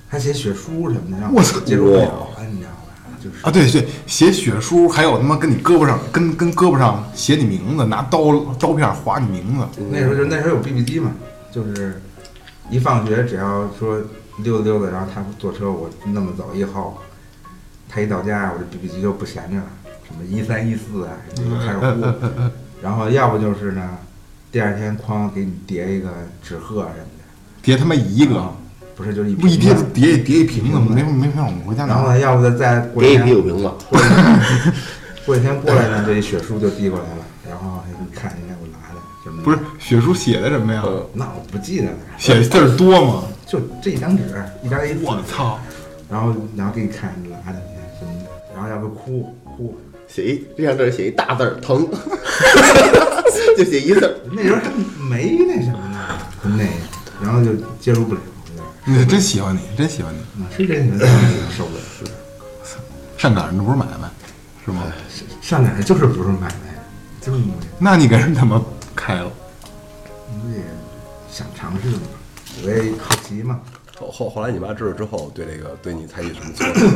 Speaker 4: 还写血书什么的，让
Speaker 1: 我操
Speaker 4: 接触不了，你知道吧？就是
Speaker 1: 啊，对对，写血书，还有他妈跟你胳膊上跟跟胳膊上写你名字，拿刀刀片划你名字。
Speaker 4: 那时候就那时候有 BB 机嘛，就是一放学只要说溜达溜达，然后他坐车，我那么走一号，他一到家，我这 BB 机就不闲着了，什么一三一四啊，什么就开始 呼，然后要不就是呢，第二天哐给你叠一个纸鹤什么的，
Speaker 1: 叠他妈一个，
Speaker 4: 不是就是一
Speaker 1: 不一
Speaker 4: 瓶
Speaker 1: 叠
Speaker 4: 子
Speaker 1: 叠叠一瓶子吗？没没没法，我们回家
Speaker 4: 然后
Speaker 1: 嗯拿。
Speaker 4: 呢，要不再再过几
Speaker 2: 给你
Speaker 4: 天，
Speaker 2: 瓶子，
Speaker 4: 过几天过来呢，这一血书就递过来了，然后你看一下我拿的什么的，
Speaker 1: 不是血书写的什么呀？
Speaker 4: 那我不记得了，
Speaker 1: 写字儿多吗？
Speaker 4: 就这一张纸，一张 A
Speaker 1: 我操！
Speaker 4: 然后然后给你看拿着什么的，然后要不哭哭，
Speaker 2: 写一这张字儿写一大字儿 疼，就写一字儿。
Speaker 4: 那时候还没那什么呢，那样，然后就接受不了，有点儿
Speaker 1: 你真喜欢你，真喜欢你，
Speaker 4: 啊，是这个受不了，
Speaker 1: 上赶上这不是买卖，是吗？
Speaker 4: 上上赶就是不是买卖，就是那个
Speaker 1: 那你给人他妈开了，
Speaker 4: 我也想尝试嘛，我也好奇嘛，
Speaker 3: 后后后来你妈知道之后，对这个对你采取什么措施？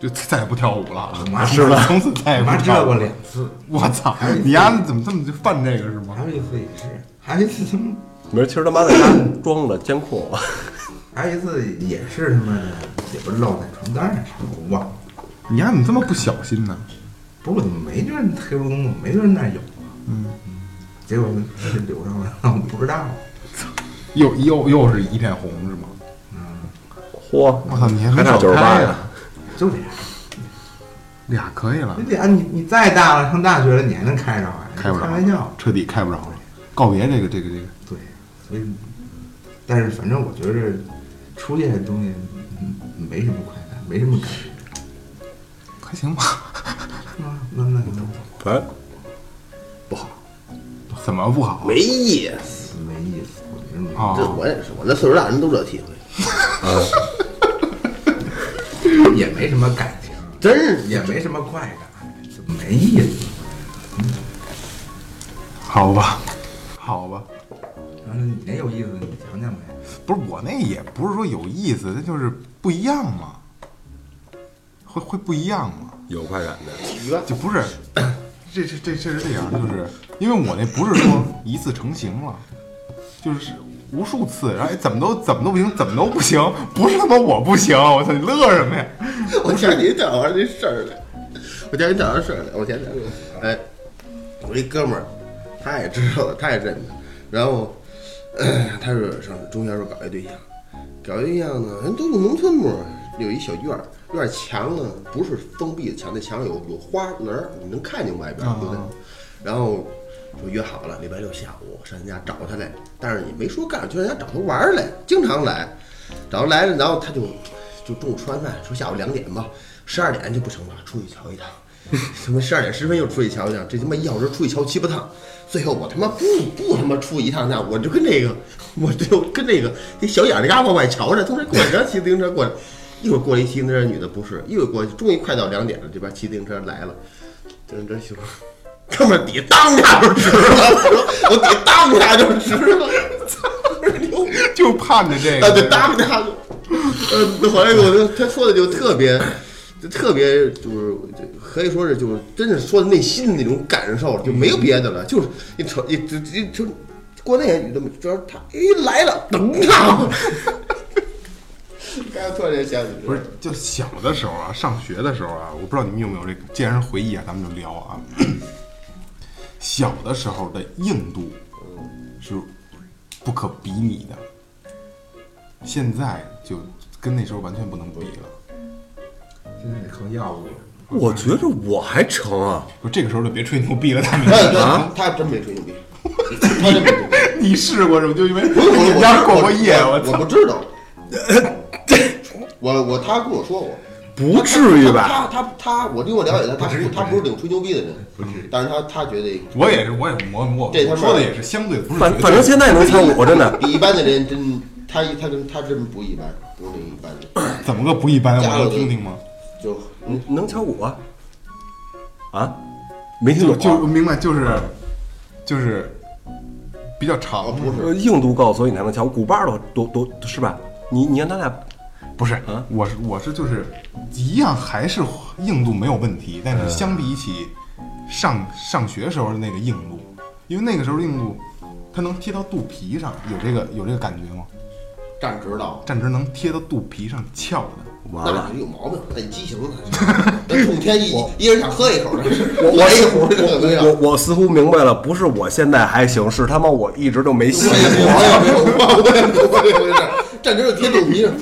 Speaker 1: 就再也不跳舞了。
Speaker 4: 我 妈
Speaker 1: 是吧？啊 从此再也
Speaker 4: 我
Speaker 1: 不
Speaker 4: 妈知
Speaker 1: 跳
Speaker 4: 道
Speaker 1: 舞
Speaker 4: 过
Speaker 1: 了。
Speaker 4: 两次，
Speaker 1: 我操！你丫怎么这么就犯这个是吗
Speaker 4: 还？有一次也是，还有一次他妈，
Speaker 3: 没事，其实他妈在家装了监控，啊
Speaker 4: 还有一次也是他妈的，也不是落在床单上啥，我忘了，
Speaker 1: 你丫怎么这么不小心呢？
Speaker 4: 不是我怎么没觉得黑咕咚，我没觉得那儿有啊，
Speaker 1: 嗯，
Speaker 4: 结果是留上了， 我不知道。
Speaker 1: 又又又是一片红是吗？
Speaker 3: 嚯！
Speaker 1: 我操，你还没
Speaker 3: 还差
Speaker 1: 找
Speaker 3: 九十八
Speaker 1: 开
Speaker 3: 呀
Speaker 1: 呀？！
Speaker 4: 就俩，
Speaker 1: 俩可以了
Speaker 4: 你，俩你你再大了，上大学了，你还能开着啊？
Speaker 1: 开不着，
Speaker 4: 开玩笑。
Speaker 1: 彻底开不着了。告别这个这个这个，
Speaker 4: 对，所以，但是反正我觉着初恋这东西嗯没什么快感，没什么感觉。
Speaker 1: 还行吧？
Speaker 4: 啊，那那那
Speaker 3: 反正
Speaker 1: 怎么不好？
Speaker 2: 没意思，
Speaker 4: 没意思，我觉得没。
Speaker 1: 啊
Speaker 2: 这，我也是，我那岁数大人都这体会，
Speaker 4: 也没什么感情，
Speaker 2: 真是
Speaker 4: 也没什么快感，就没意思。
Speaker 1: 好吧，好吧，
Speaker 4: 然后你那有意思，你讲讲呗。
Speaker 1: 不是我那也不是说有意思，它就是不一样嘛，会会不一样嘛。
Speaker 3: 有快感的，
Speaker 2: 一个
Speaker 1: 就不是，这这这这是这样，就是因为我那不是说一次成型了，就是无数次，然后哎怎么都怎么都不行，怎么都不行，不是他妈我不行，我操你乐什么呀？
Speaker 2: 我前几天讲完这事儿来，我前几天讲完事儿来，我前几天，哎，我一哥们儿，他也知道了，他也认得，然后、 呃他是上中学时候搞一对象，搞一对象呢，人都住农村部，有一小院儿，院儿墙呢不是封闭的墙，那墙有有花棱儿，你能看见外边儿，对不对？然后说约好了礼拜六下午上人家找他来，但是也没说干嘛，就让人家找他玩儿来，经常来，找来了，然后他就就中午吃完饭说下午两点吧，十二点就不成了，出去瞧一趟。 他妈十二点十分又出去瞧一趟，这他妈一小时出去瞧七八趟，最后我他妈不不他妈出一趟那，我就跟这个， 我就跟这个这小眼儿嘎往外瞧着，从这过来，然后骑自行车过来，一会儿过来一骑自行车女的不是，一会儿过去，终于快到两点了，这边骑自行车来了，这这行。哥们儿底当下就直了，我说我底当下就直了，操，牛逼！
Speaker 1: 就盼着这
Speaker 2: 啊，对，
Speaker 1: 个，
Speaker 2: 搭不搭？ 呃，那好像我他说的就特别，就特别就是可以说是就是真是说的内心的那种感受，就没有别的了，就是一瞅一就一就国内也这么，主要他一来了，等他。刚才突然间想起，
Speaker 1: 不是，就小的时候啊，上学的时候啊，我不知道你们有没有这个，既然是回忆啊，咱们就聊啊。小的时候的硬度是不可比拟的，现在就跟那时候完全不能比了。
Speaker 4: 现在靠药物，
Speaker 3: 我觉着我还成啊，
Speaker 1: 不，这个时候就别吹牛逼了，大明。
Speaker 2: 他他真没吹牛逼，他这么多
Speaker 1: 你试过是吗？就因为
Speaker 2: 不是我
Speaker 1: 你们家过过夜，
Speaker 2: 我
Speaker 1: 我
Speaker 2: 我
Speaker 1: 操！
Speaker 2: 不知道。 我我他跟我说过，
Speaker 3: 不至于吧？
Speaker 2: 他他他他，我经过了解他，他
Speaker 4: 不至于
Speaker 2: 不他不是领吹牛逼的人，但是他他觉得
Speaker 1: 我也是，我也我我
Speaker 2: 这他
Speaker 1: 我
Speaker 2: 妈
Speaker 1: 说的也是相对，不是
Speaker 3: 反
Speaker 1: 绝对
Speaker 3: 反正现在能参我真的
Speaker 2: 比一般的人真，他他跟他真不一般，不是那一般的，
Speaker 1: 怎么个不一般，我要听听吗？
Speaker 2: 就
Speaker 3: 能能敲鼓啊？啊？没听
Speaker 1: 就
Speaker 3: 懂
Speaker 1: 就
Speaker 3: 啊？
Speaker 1: 明白，就是就是比较长，
Speaker 2: 不是
Speaker 3: 呃硬度够，所以你才能敲。鼓把都多多是吧？你你看他俩
Speaker 1: 不是，我是我是就是一样，还是硬度没有问题，但是相比起上上学时候的那个硬度，因为那个时候硬度，它能贴到肚皮上，有这个有这个感觉吗？
Speaker 2: 站直了，
Speaker 1: 站直能贴到肚皮上翘的，
Speaker 3: 完
Speaker 2: 那
Speaker 3: 了。
Speaker 2: 是有毛病，很畸 形的，那冲天一一人想喝一口的，
Speaker 3: 我
Speaker 2: 来一
Speaker 3: 我
Speaker 2: 壶这个味道
Speaker 3: 我，我我似乎明白了，不是我现在还行，是他妈我一直都没
Speaker 2: 我也没有，我也没有，我也
Speaker 3: 戏。
Speaker 2: 没有这回事儿。站直了贴肚皮上，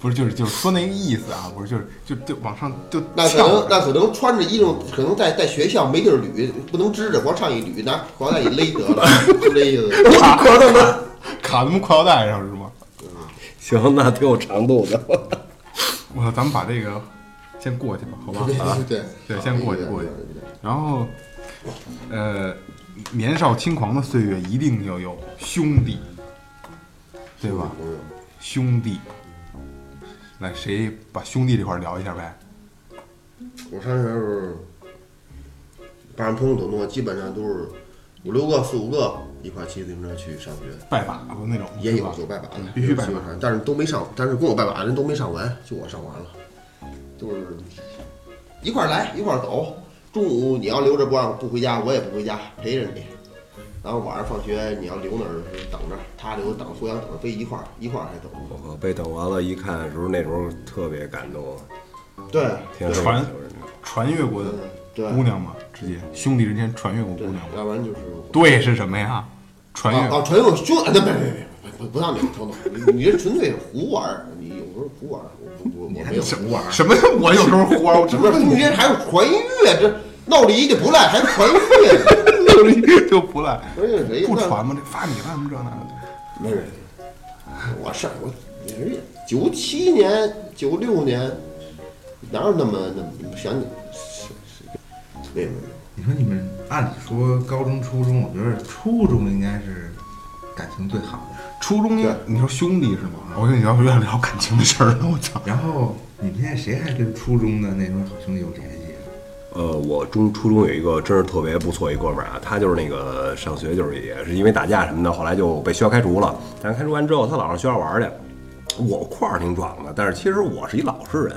Speaker 1: 不是就是就是说那个意思啊，不是就是就就往上就
Speaker 2: 那可
Speaker 1: 翘
Speaker 2: 能那
Speaker 1: 着，
Speaker 2: 可能穿着衣裳，可能在在学校没地儿捋，不能支着，往上一捋，拿口袋一勒得了，就这意思。
Speaker 3: 卡他妈！
Speaker 1: 卡他妈裤腰带上是吗？
Speaker 3: 行，那挺有长度的。
Speaker 1: 我操，咱们把这个先过去吧，好吧？
Speaker 2: 对啊
Speaker 1: 对，先过去过去。然后，呃，年少轻狂的岁月一定要有兄弟，对吧？兄弟，来，谁把兄弟这块儿聊一下呗？
Speaker 2: 我上学的时候，班上朋友多多，基本上都是五六个、四五个一块骑自行车去上学。
Speaker 1: 拜把子那种
Speaker 2: 也
Speaker 1: 是
Speaker 2: 有
Speaker 1: 吧
Speaker 2: 有拜把的，
Speaker 1: 必须拜把
Speaker 2: 基本上但是都没上，但是跟我拜把的人都没上完，就我上完了，就是一块儿来一块儿走。中午你要留着不让不回家，我也不回家，陪着你。然后晚上放学你要留那儿等着，他留等，互相等着，非一块儿一块儿还走。
Speaker 3: 我靠，被等完了，一看的时候，那时候特别感动，
Speaker 2: 对，
Speaker 3: 天
Speaker 1: 对
Speaker 3: 上
Speaker 1: 传
Speaker 3: 有人
Speaker 1: 穿越过的
Speaker 2: 嗯对
Speaker 1: 姑娘嘛，直接兄弟之间穿越过姑
Speaker 2: 对
Speaker 1: 娘嘛。，
Speaker 2: 要不然就是
Speaker 1: 对，是什么呀？穿越。
Speaker 2: 啊啊，纯有兄，啊那别别别别不不让你们头脑，你你这纯粹是胡玩儿，你有时候胡玩儿，我不我我没有
Speaker 1: 什
Speaker 2: 胡玩儿。
Speaker 1: 什么？我有时候胡玩，我
Speaker 2: 什
Speaker 1: 真
Speaker 2: 么？
Speaker 1: 的
Speaker 2: 中间还有传阅，这闹离就不赖，还传阅 呢，
Speaker 1: 就不赖，
Speaker 2: 不是谁
Speaker 1: 不传吗？这发米饭什么这那的，
Speaker 2: 没人，我上我也是九七年、九六年，哪有那么那么你不想你是是，没有没有，
Speaker 4: 你说你们按理说高中、初中，我觉得初中应该是感情最好的。
Speaker 1: 初中
Speaker 2: 对
Speaker 1: 你说兄弟是吗？我跟你聊越聊感情的事儿了，我操！
Speaker 4: 然后你们现在谁还跟初中的那种好兄弟有联系啊？
Speaker 3: 呃，我中初中有一个真是特别不错一哥们儿啊，他就是那个上学就是也是因为打架什么的，后来就被学校开除了。但是开除完之后，他老上学校玩儿去。我块儿挺壮的，但是其实我是一老实人，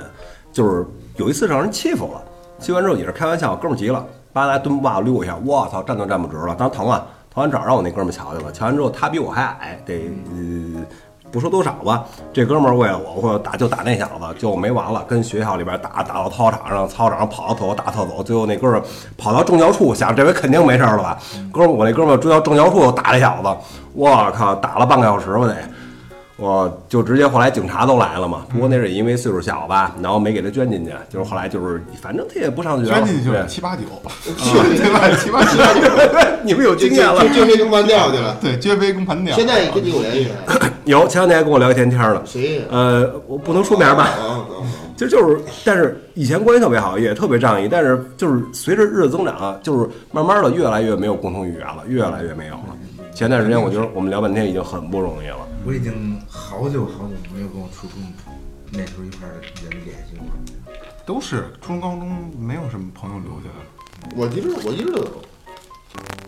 Speaker 3: 就是有一次让人欺负了，欺负完之后也是开玩笑，哥们儿急了，扒拉蹲把我溜一下，我操，站都站不直了，当时疼啊，疼完找让我那哥们儿瞧去了，瞧完之后他比我还矮，得呃不说多少吧，这哥们儿为了我，我打就打那小子，就没完了，跟学校里边打打到操场上，操场上跑到厕所打厕所，最后那哥们儿跑到政教处，想这回肯定没事儿了吧？哥们儿，我那哥们儿追到政教处又打那小子，我靠，打了半个小时吧得。我就直接后来警察都来了嘛，不过那是因为岁数小吧，然后没给他捐进去，就是后来就是反正他也不上学了，
Speaker 1: 钻进去就是
Speaker 3: 对
Speaker 1: 七八九，
Speaker 3: 啊
Speaker 1: 对吧？七八九，
Speaker 3: 你们有
Speaker 2: 就
Speaker 3: 经验了
Speaker 2: 就。就这跟弯掉去 了。
Speaker 1: 对，撅杯跟盘点。
Speaker 2: 现在跟你有联系没？
Speaker 3: 有前两天还跟我聊一天天呢，
Speaker 2: 谁 呀
Speaker 3: 呃，我不能说名吧。
Speaker 2: 啊啊啊！
Speaker 3: 其实就是，但是以前关系特别好，也特别仗义，但是就是随着日子增长啊，就是慢慢的越来越没有共同语言了，越来越没有了。前段时间我觉得我们聊半天已经很不容易了，
Speaker 4: 我已经好久好久没有跟我初中那时候一块儿的人联系过了。
Speaker 1: 都是初中、高中没有什么朋友留下来，
Speaker 2: 我一直我一直都有，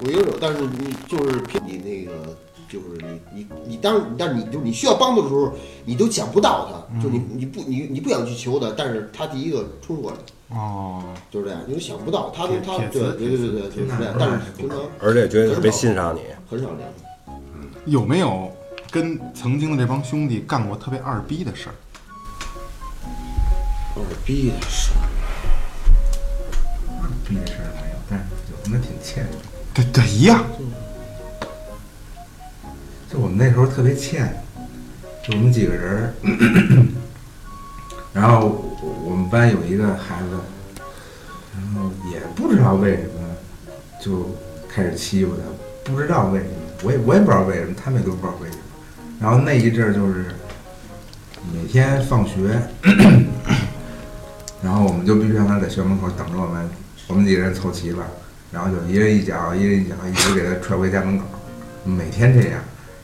Speaker 2: 我一直有，但是你就是凭你那个，就是你你你当然，但是你就是你需要帮助的时候，你都想不到他，就你你不你你不想去求他，但是他第一个冲过来，
Speaker 1: 哦，
Speaker 2: 就是这样，你就想不到他
Speaker 1: 铁
Speaker 2: 跟他
Speaker 1: 铁
Speaker 2: 对
Speaker 1: 丝
Speaker 2: 对对对对，就是这样，但是平常
Speaker 3: 而且觉得特别欣赏你。
Speaker 2: 很少聊。
Speaker 1: 有没有跟曾经的这帮兄弟干过特别二逼的事儿？
Speaker 2: 二逼的事，
Speaker 4: 逼的事儿没有，但是有他妈挺欠的。
Speaker 1: 对对，一样。
Speaker 4: 就我们那时候特别欠，就我们几个人儿，然后我我们班有一个孩子，然后也不知道为什么就开始欺负他，不知道为什么，我也我也不知道为什么，他们也都不知道为什么。然后那一阵儿就是每天放学，然后我们就必须让他在校门口等着我们，我们几个人凑齐了，然后就一人一脚，一人一脚，一直给他踹回家门口，每天这样。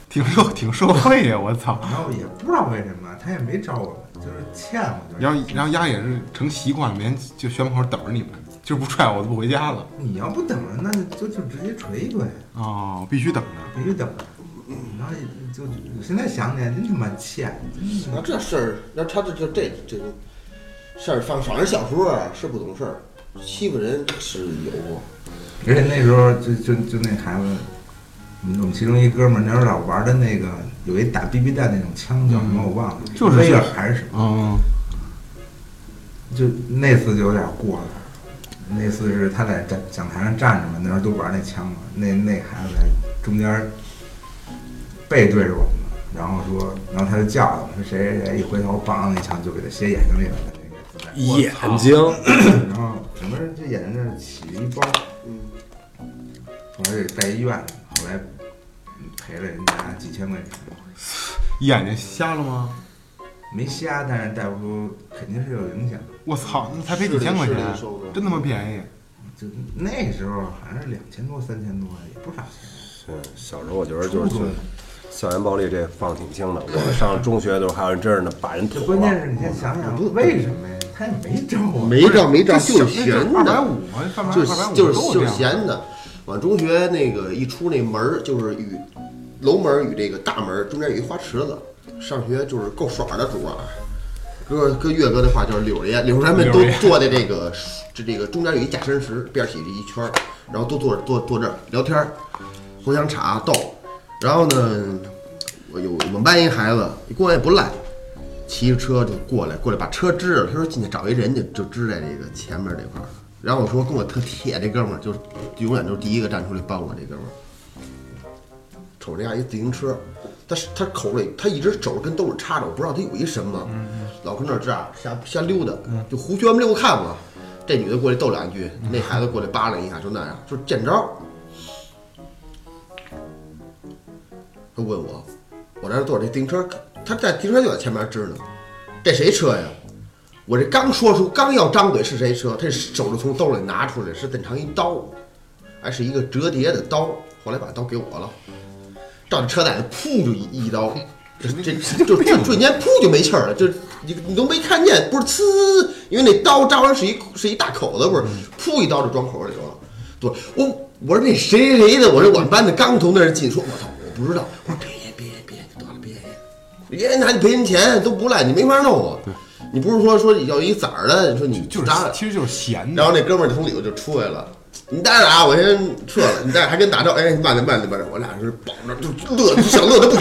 Speaker 1: 挺受挺 受贿呀！我操！
Speaker 4: 然后也不知道为什么，他也没招我们，就是欠我就是。
Speaker 1: 然后然后丫也是成习惯了，每天就学门口等着你们，就是不踹我就不回家了。
Speaker 4: 你要不等着，那就就直接锤一顿，
Speaker 1: 哦，必须等着。
Speaker 4: 必须等着。嗯然后就我现在想起来，真他妈欠。
Speaker 2: 那这事儿，那他这这这这种事儿，放反正小时候啊是不懂事儿，欺负人是有过。
Speaker 4: 而且那时候就就就那孩子，我们我们其中一哥们儿那时候老玩的那个有一打 BB 弹那种枪叫什么我忘了，
Speaker 1: 就是
Speaker 4: 威尔还是什么，
Speaker 2: 哦
Speaker 1: 嗯，
Speaker 4: 就那次就有点过了。那次是他在讲讲台上站着嘛，那时候都玩那枪嘛，那那孩子在中间背对着我们，然后说，然后他就叫我们说谁谁谁，一回头，梆那枪就给他斜眼睛里了，那个子弹。
Speaker 3: 眼睛
Speaker 4: 然后整个人就眼睛那儿起了一包，
Speaker 2: 嗯，
Speaker 4: 后来给带医院了，后来赔了人家几千块钱，
Speaker 1: 眼睛瞎了吗？
Speaker 4: 没瞎，但是大夫说肯定是有影响。
Speaker 1: 我操，那才赔几千块钱
Speaker 2: 是的是的收的，
Speaker 1: 真他妈便宜！
Speaker 4: 就那时候好像是两千多、三千多，也不少钱。
Speaker 3: 是小时候我觉得就是
Speaker 4: 初中
Speaker 3: 校园暴力这放挺轻的，我上中学的时候还有人真是那把人捅啊
Speaker 4: 就
Speaker 3: 了。
Speaker 4: 关键是你先想想，为什么呀？他也没招啊，
Speaker 2: 没照没照，
Speaker 1: 就啊
Speaker 2: 就是闲
Speaker 1: 二百
Speaker 2: 的，
Speaker 1: 五嘛，二百
Speaker 2: 就是
Speaker 1: 二百五
Speaker 2: 就是
Speaker 1: 都
Speaker 2: 就是
Speaker 1: 这样。
Speaker 2: 闲的。往中学那个一出那门儿，就是与楼门儿与这个大门儿中间有一花池子，上学就是够爽的主啊。搁搁岳哥的话就是柳爷，柳咱们都
Speaker 1: 柳爷
Speaker 2: 坐在这个这这个中间有一假山石，边起这一圈儿，然后都坐着坐坐这儿聊天儿，互相插逗。然后呢，我有我们班一孩子过来也不赖，骑着车就过来，过来把车支了。他说进去找一人家，就支在这个前面这块儿。然后我说跟我特铁这哥们儿，就是永远就是第一个站出来帮我这哥们儿。瞅着家一自行车，他是他口里他一只手跟兜里插着，我不知道他有一什么，老跟那儿这样瞎瞎溜达，就胡卷不溜看我。这女的过来逗两句，那孩子过来扒拉一下，就那样，就见招儿。他问我，我在这坐着这自行车，他在自行车就在前面支呢，这谁车呀？我这刚说出，刚要张嘴是谁车，他手就从兜里拿出来，是这么长一刀，还是一个折叠的刀。后来把刀给我了，照着车载子，噗就一一刀，这这这就这瞬间噗就没气儿了，就你你都没看见，不是呲，因为那刀扎完是一是一大口子，不是，
Speaker 1: 嗯
Speaker 2: 噗一刀就装口里头了。对，我我说那谁谁谁的，我说我们班的刚从那儿进，说我操，我不知道，我说别别别得了别。别拿你赔人钱都不赖，你没法弄啊。你不是说说要一崽儿的，你说你
Speaker 1: 就是
Speaker 2: 扎了，
Speaker 1: 其实就是闲
Speaker 2: 然
Speaker 1: 的，
Speaker 2: 后那哥们儿从里头就出来了。你待着啊，我先撤了。你待着还跟打招呼，哎，慢点，慢点，慢点。我俩是绑着，就乐，就想乐的不行，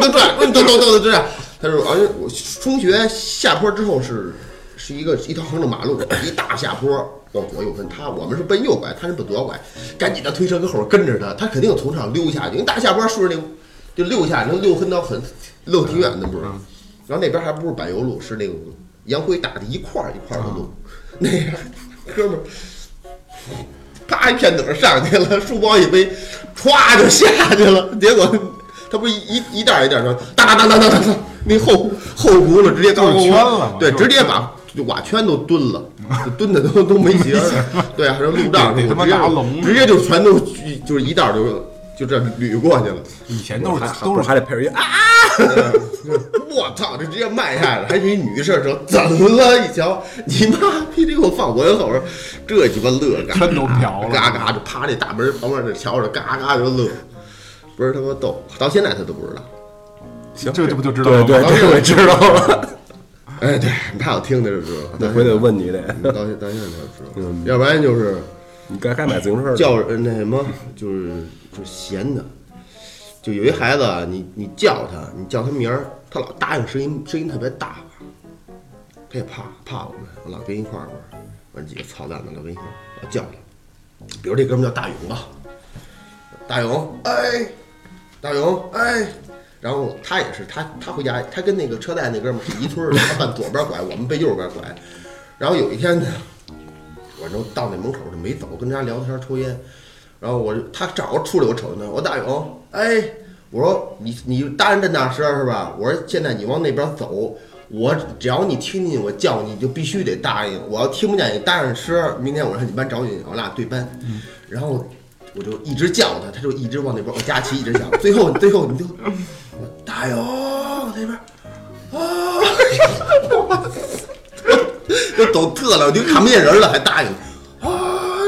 Speaker 2: 就这样，嗯，都都都都这样。他说，而且我中学下坡之后是是一个一条横着马路，一大下坡，我左右分他，我们是奔右拐，他是奔左拐，赶紧的推车跟后跟着他，他肯定从上溜下去，因为大下坡顺着那就溜下，能溜很到很溜挺远的不是。然后那边还不是柏油路，是那个洋灰打的一块儿一块儿的路， 那样哥们儿。啪一片腿上去了，书包一背，歘就下去了。结果他不一一袋一袋的，当当当当当当当，那后后轱辘直接
Speaker 1: 就是圈了嘛
Speaker 2: 对，
Speaker 1: 就是
Speaker 2: 直接把瓦圈都蹲了，就蹲的都都没形儿。对，啊还有路障，
Speaker 1: 得他妈
Speaker 2: 直接
Speaker 1: 拉笼
Speaker 2: 直接就全都就是一袋就就这捋过去了。
Speaker 1: 以前都是
Speaker 3: 还
Speaker 1: 都
Speaker 3: 不
Speaker 1: 是
Speaker 3: 还得配着一啊，
Speaker 2: 我操，这直接迈下来了，还是一女士说怎么了？一瞧，你妈逼得给我放我后边，这鸡巴乐嘎，
Speaker 1: 全都瓢了
Speaker 2: 嘎嘎就趴那大门旁边那瞧着，嘎嘎就乐，不是他妈逗，到现在他都不知道。
Speaker 3: 行，
Speaker 1: 这这不就知道了
Speaker 3: 对
Speaker 1: 吗
Speaker 3: 对，这啊回知道了。
Speaker 2: 哎，对，他要听他就知道，嗯
Speaker 3: 那回得问你得，
Speaker 2: 到现到现在他就知道，要不然就是
Speaker 3: 你该该买自行车了。
Speaker 2: 叫人那什么，就是就是闲的，就有一孩子啊，你你叫他，你叫他名儿，他老答应，声音声音特别大，他也怕怕我们，我老跟一块儿玩，玩几个操蛋的老跟一块儿，老叫他，比如这哥们叫大勇吧，大勇，哎，大勇，哎。然后他也是，他他回家，他跟那个车贷那哥们儿是一村儿的，他奔左边拐，我们奔右边拐。然后有一天呢，我就到那门口就没走，跟人家聊天抽烟。然后我就他正好出来，我瞅见他，我说大勇，哎，我说你你大人真大声是吧？我说现在你往那边走，我只要你听见我叫你，你就必须得答应。我要听不见你答应声，明天我上你班找你，我俩对班。然后我就一直叫他，他就一直往那边，我佳琪一直叫，最后最后你就我大勇那 边啊。就抖特了，我就看不见人了，还答应，哎，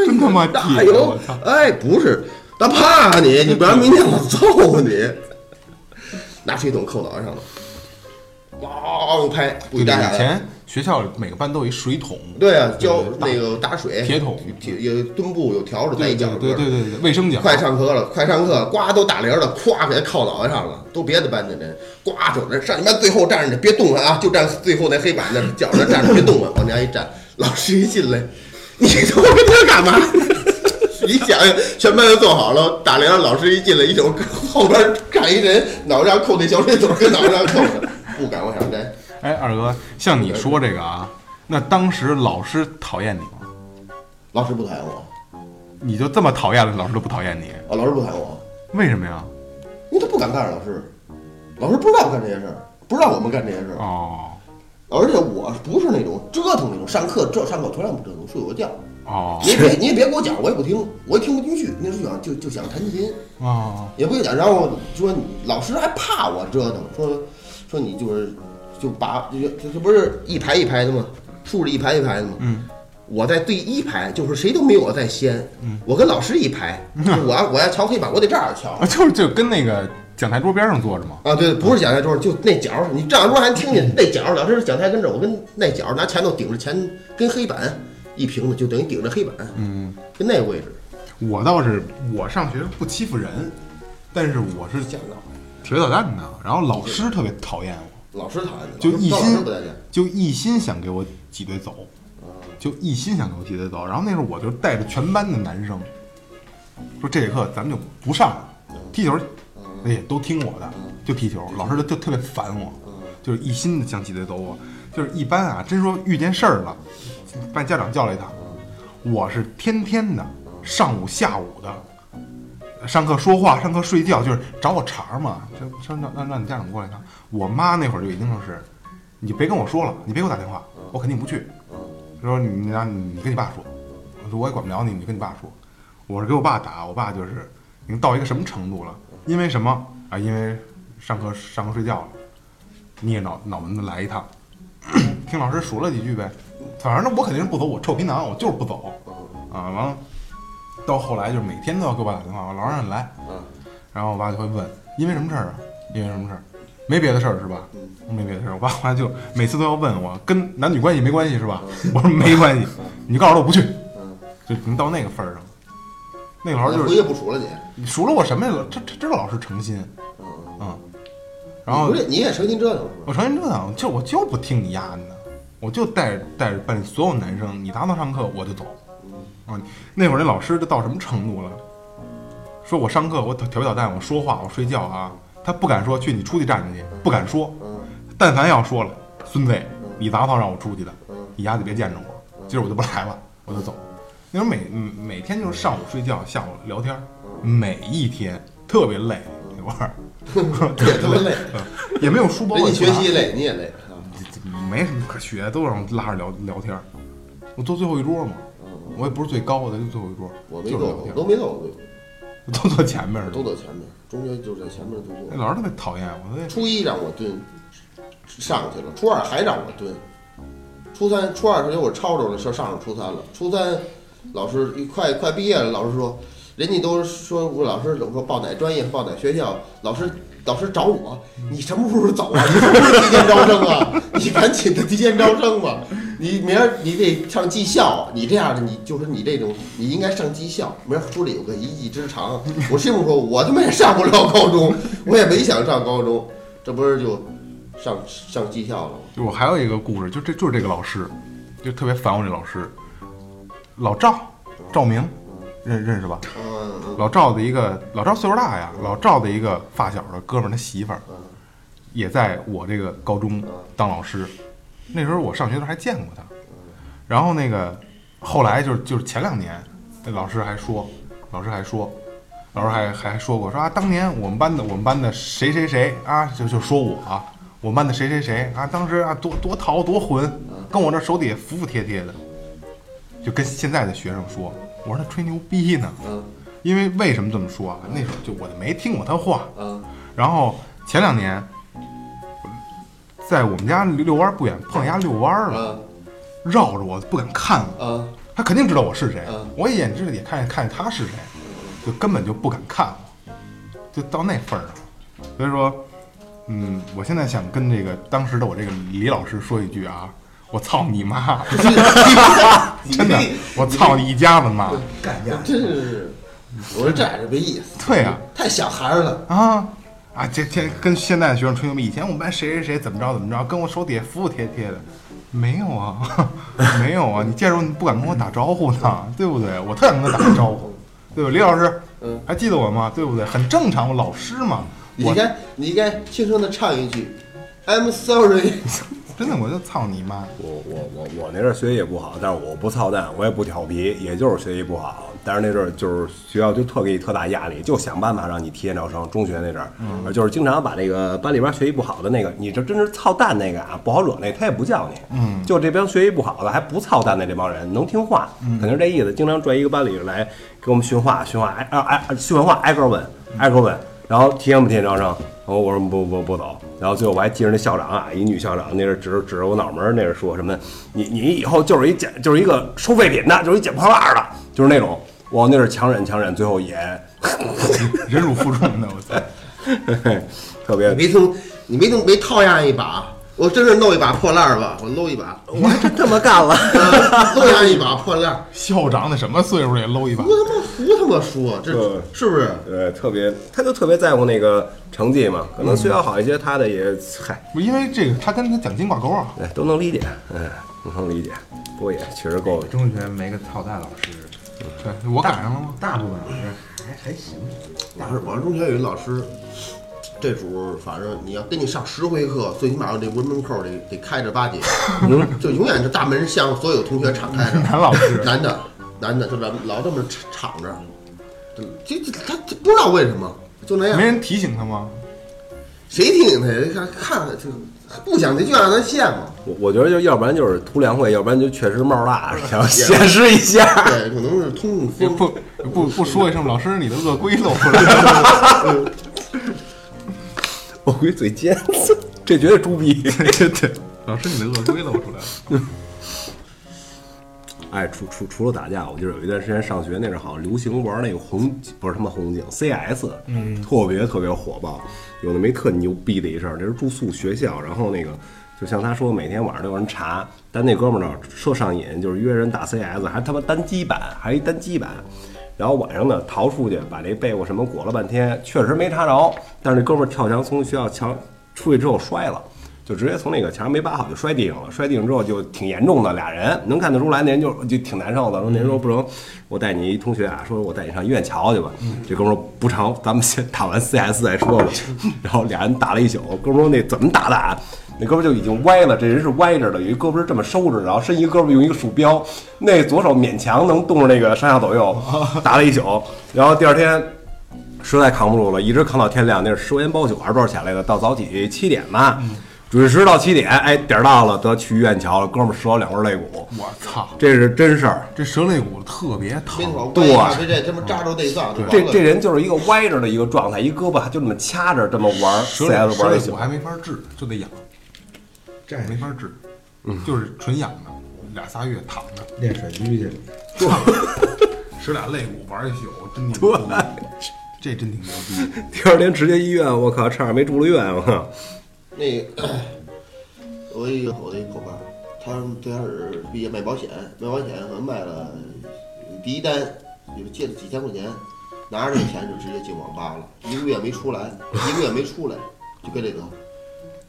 Speaker 1: 真他妈
Speaker 2: 大
Speaker 1: 铁我
Speaker 2: 勇
Speaker 1: 操，
Speaker 2: 哎，不是，他怕你，你不然明天我揍你。拿水桶扣脑袋上了，哇，用拍，
Speaker 1: 对
Speaker 2: 不
Speaker 1: 对，
Speaker 2: 许摘下
Speaker 1: 以
Speaker 2: 来。
Speaker 1: 前学校每个班都有一水桶，
Speaker 2: 对啊，浇
Speaker 1: 对
Speaker 2: 那个打水，
Speaker 1: 铁桶
Speaker 2: 铁有墩布，有笤帚，带
Speaker 1: 对
Speaker 2: 一脚
Speaker 1: 对对对
Speaker 2: 对。
Speaker 1: 对对，卫生角，
Speaker 2: 快上课了，快上课了，呱都打铃了，咵给他靠脑袋上了，都别的班的人，呱走着上你班最后站着，别动弹啊，就站最后那黑板那儿角那儿站着，别动弹，往那儿一站，老师一进来，你他妈跟他干嘛？你想想，全班都坐好了，打铃，老师一进来，一瞅后边站一人，脑袋上扣那小水桶，跟脑袋上扣着，不敢往上摘，
Speaker 1: 哎，二哥，像你说这个啊，那当时老师讨厌你吗？
Speaker 2: 老师不讨厌我，
Speaker 1: 你就这么讨厌了，老师都不讨厌你，
Speaker 2: 啊，老师不讨厌我，
Speaker 1: 为什么呀？
Speaker 2: 因为他不敢干，老师，老师不知道干这些事儿，不知道我们干这些事儿。
Speaker 1: 哦
Speaker 2: 而且我不是那种折腾那种，上课这上课从来不折腾，睡我觉。
Speaker 1: 哦
Speaker 2: 你也别你也别给我讲，我也不听，我也听不进去。那时候想就就想弹琴，
Speaker 1: 哦，
Speaker 2: 也不想。然后说你老师还怕我折腾，说说你就是就把这这不是一排一排的吗？竖着一排一排的吗？
Speaker 1: 嗯，
Speaker 2: 我在第一排，就是谁都没有我在先。嗯，我跟老师一 排，就是我要我要瞧黑板，我得这样瞧
Speaker 1: 啊，。就是就跟那个讲台桌边上坐着嘛。
Speaker 2: 啊，对，不是讲台桌，就那角儿，你站桌还听
Speaker 1: 嗯
Speaker 2: 见那角儿，老师讲台跟这儿，我跟那角儿拿前头顶着前跟黑板一平的，就等于顶着黑板，
Speaker 1: 嗯，
Speaker 2: 跟那个位置。
Speaker 1: 我倒是我上学不欺负人，但是我是
Speaker 2: 讲到
Speaker 1: 铁捣蛋的，然后老师特别讨厌我，
Speaker 2: 老师谈的，
Speaker 1: 就
Speaker 2: 老师
Speaker 1: 一
Speaker 2: 老
Speaker 1: 心
Speaker 2: 师不待见，
Speaker 1: 就一心想给我挤兑走，就一心想给我挤兑走。然后那时候我就带着全班的男生，说这节课咱们就不上了，踢球去，哎，都听我的，就踢球。老师就就特别烦我，就是一心的想挤兑走我。就是一般啊，真说遇见事儿了，把家长叫来一趟，我是天天的，上午下午的，上课说话，上课睡觉，就是找我茬儿嘛。就说让让让你家长过来一趟。我妈那会儿就已经是，你就别跟我说了，你别给我打电话，我肯定不去。她说你让你跟你爸说，我说我也管不了你，你就跟你爸说。我是给我爸打，我爸就是已经到一个什么程度了？因为什么啊？因为上课上课睡觉了，你也脑脑门子来一趟， 听老师数了几句呗。反正我肯定是不走，我臭皮囊，我就是不走啊。完了，到后来就是每天都要给我爸打电话，我老让你来，然后我爸就会问，因为什么事儿啊？因为什么事儿？没别的事儿是吧？没别的事儿。我爸后来就每次都要问我，跟男女关系没关系是吧？我说没关系，你就告诉他我不去，就已经到那个份儿上了。嗯那个老师就
Speaker 2: 回
Speaker 1: 是
Speaker 2: 去不数了你。
Speaker 1: 你数落我什么呀？这这这个老师诚心，嗯，然后
Speaker 2: 不是你也成心折腾是吧？
Speaker 1: 我成天这样，就我就不听你丫的，我就带着带着班里所有男生，你拿到上课我就走。啊，那会儿那老师都到什么程度了？说我上课我调皮捣蛋，我说话我睡觉啊，他不敢说去你出去站着去，不敢说。但凡要说了，孙子，你砸炮让我出去的，你丫就别见着我，今儿我就不来了，我就走。那时候每每天就是上午睡觉，下午聊天，每一天特别累那会儿，
Speaker 2: 也他妈累，
Speaker 1: 嗯 也没有书包，
Speaker 2: 人家
Speaker 1: 也不
Speaker 2: 学
Speaker 1: 拿
Speaker 2: 习累，你也累。啊
Speaker 1: 没什么可学，都让拉着聊聊天儿。我坐最后一桌嘛，我也不是最高的，就最后一桌，
Speaker 2: 嗯我没
Speaker 1: 就
Speaker 2: 坐
Speaker 1: 是聊
Speaker 2: 过，我
Speaker 1: 天
Speaker 2: 都没坐过队，
Speaker 1: 儿，都坐前面儿
Speaker 2: 都
Speaker 1: 的。
Speaker 2: 坐前面，中间就在前面就
Speaker 1: 那
Speaker 2: 坐。
Speaker 1: 老师特别讨厌我，那
Speaker 2: 初一让我蹲上去了，初二还让我蹲，初三、初二时候我抄着了，上上初三了。初三老师一快快毕业了，老师说，人家都说我老师我说报哪专业报哪学校，老师老师找我，你什么时候走啊？你是不是提前招生啊？你赶紧的提前招生吧，你明儿你得上技校，啊你这样的你就是你这种你应该上技校，明儿手里有个一技之长。我心里说，我他妈也上不了高中，我也没想上高中，这不是就上上技校了吗？
Speaker 1: 就我还有一个故事，就这就是这个老师，就特别烦我这老师，老赵，赵明，认认识吧？
Speaker 2: 嗯嗯。
Speaker 1: 老赵的一个老赵岁数大呀，老赵的一个发小的哥们儿，他媳妇儿
Speaker 2: 嗯
Speaker 1: 也在我这个高中当老师。
Speaker 2: 嗯
Speaker 1: 那时候我上学的时候还见过他。然后那个后来就是就是前两年，那老师还说老师还说，老师还还说过说啊，当年我们班的我们班的谁谁谁啊，就就说我啊，我们班的谁谁谁啊，当时啊多多淘多混，跟我这手底下服服帖帖的，就跟现在的学生说，我说他吹牛逼呢，
Speaker 2: 嗯
Speaker 1: 因为为什么这么说啊？那时候就我就没听过他话，
Speaker 2: 嗯
Speaker 1: 然后前两年，在我们家遛弯儿不远碰见人家遛弯儿了，
Speaker 2: 嗯
Speaker 1: 绕着我不敢看我，
Speaker 2: 嗯
Speaker 1: 他肯定知道我是谁
Speaker 2: 嗯，
Speaker 1: 我一眼知道也看看见他是谁，就根本就不敢看我，就到那份儿上。所以说，嗯，我现在想跟这个当时的我这个李老师说一句啊，我操你妈！ 真的，我操你一家子妈！
Speaker 4: 干架，
Speaker 2: 真是，我说这还是没意思，
Speaker 1: 对啊，
Speaker 2: 太小孩儿了。
Speaker 1: 啊啊！这这跟现在的学生吹牛逼，以前我们班谁谁谁怎么着怎么着，跟我手底下服服帖帖的，没有啊， 没有啊！你见着我你不敢跟我打招呼呢，对不对？我特想跟他打个招呼，对吧？李老师，
Speaker 2: 嗯
Speaker 1: 还记得我吗？对不对？很正常，我老师嘛，
Speaker 2: 你
Speaker 1: 我
Speaker 2: 应该你应该轻声的唱一句，I'm sorry。
Speaker 1: 真的我就操你妈！
Speaker 3: 我我我我那阵儿学习也不好，但是我不操蛋，我也不调皮，也就是学习不好。但是那阵儿就是学校就特给你特大压力，就想办法让你提前招生。中学那阵儿，而就是经常把这个班里边学习不好的那个，你这真是操蛋那个啊，不好惹那，他也不叫你。嗯，就这帮学习不好的还不操蛋的这帮人能听话，肯定是这意思。经常拽一个班里来给我们训话，训话挨啊挨训完话挨个问，挨个问。然后提前不提前招生？然后我说不不不走。然后最后我还记着那校长啊，一女校长，那是指着指着我脑门儿，那是说什么？你你以后就是一捡，就是一个收废品的，就是一捡破烂儿的，就是那种。我那是强忍强忍，最后也
Speaker 1: 忍辱负重的，我操！
Speaker 3: 特
Speaker 2: 你
Speaker 3: 别。
Speaker 2: 没从你没从没套样一把，我真是弄一把破烂儿吧，我搂一把，
Speaker 3: 我还真这么干 了。
Speaker 2: 搂样一把破烂儿，
Speaker 1: 校长得什么岁数也搂一把
Speaker 2: 胡，他妈胡他妈说，这
Speaker 3: 嗯
Speaker 2: 是不是？
Speaker 3: 呃，特别，他就特别在乎那个成绩嘛，可能学校好一些，他的也嗨，
Speaker 1: 不因为这个他跟他奖金挂钩啊。
Speaker 3: 哎都能理解，嗯，都能理解。不过也确实够
Speaker 4: 中学没个操蛋老师，
Speaker 1: 对，我赶上了吗？
Speaker 4: 哦大部分老师还还行，
Speaker 2: 老师，我中学有一老师，这主反正你要跟你上十回课，最起码我这文门扣得得开着巴结，就永远这大门向所有同学敞开着。
Speaker 1: 嗯 男老师，
Speaker 2: 男的，男的就老老这么敞着，这这他这不知道为什么就那样
Speaker 1: 没，人提醒他吗？
Speaker 2: 谁听他呀？看看就不想听就让咱羡 慕。
Speaker 3: 我我觉得就要不然就是图良会，要不然就确实冒大，想显示一下。
Speaker 2: 对，可能是通
Speaker 1: 也
Speaker 2: 风
Speaker 1: 不不不说一声，老师你的鳄龟露出来了。
Speaker 3: 我龟嘴尖，这绝对猪逼。
Speaker 1: 对对，老师，你的鳄龟露出来了。
Speaker 3: 哎，除除除了打架，我记得有一段时间上学那阵儿好像流行玩那个红，不是他妈红警 CS，嗯，特别特别火爆。有那么一特牛逼的一事儿，这是住宿学校，然后那个就像他说，每天晚上都有人查，但那哥们儿呢，说上瘾，就是约人打 CS，还他妈单机版，还一单机版。然后晚上呢逃出去，把这被窝什么裹了半天，确实没查着。但是那哥们儿跳墙从学校墙出去之后摔了，就直接从那个墙没扒好就摔地上了。摔地上之后就挺严重的，俩人能看得出来，那人就就挺难受的。说那人说不成，我带你一同学啊，说我带你上医院瞧去吧。这哥们儿说不成，咱们先打完 CS 再说吧。 然后俩人打了一宿，哥们儿说那怎么打的啊？那胳膊就已经歪了，这人是歪着的，有一胳膊是这么收着，然后伸一胳膊用一个鼠标，那左手勉强能动着那个上下左右，打了一宿，然后第二天实在扛不住了，一直扛到天亮，那是十块钱包宿还是多少钱来着？到早起七点吧，准时到七点，哎，点儿到了得去医院瞧了，哥们儿折了两根肋骨，
Speaker 1: 我操，
Speaker 3: 这是真事儿。
Speaker 1: 这蛇肋骨特别
Speaker 2: 没
Speaker 1: 疼，
Speaker 2: 好对呀，这这他妈扎着内脏，
Speaker 3: 这这人就是一个歪着的一个状态，一胳膊就这么掐着这么玩儿
Speaker 1: 蛇
Speaker 3: CS
Speaker 1: 肋
Speaker 3: 玩
Speaker 1: 蛇
Speaker 3: 儿一
Speaker 1: 肋
Speaker 3: 宿
Speaker 1: 骨，还没法治，就得养，
Speaker 4: 这样嗯
Speaker 1: 没法治， 就是纯养的，俩仨月躺着，
Speaker 4: 练甩狙去了。
Speaker 1: 使俩肋骨玩一宿，真挺牛逼， 这真挺牛逼。
Speaker 3: 第二天直接医院，我靠，差点没住了院，我靠。
Speaker 2: 那个， 我一个我的一伙伴，他们最开始毕业卖保险，卖保险可能卖了第一单，就是借了几千块钱，拿着这钱就直接进网吧了，一个月没出来，一个月没出来，就跟这个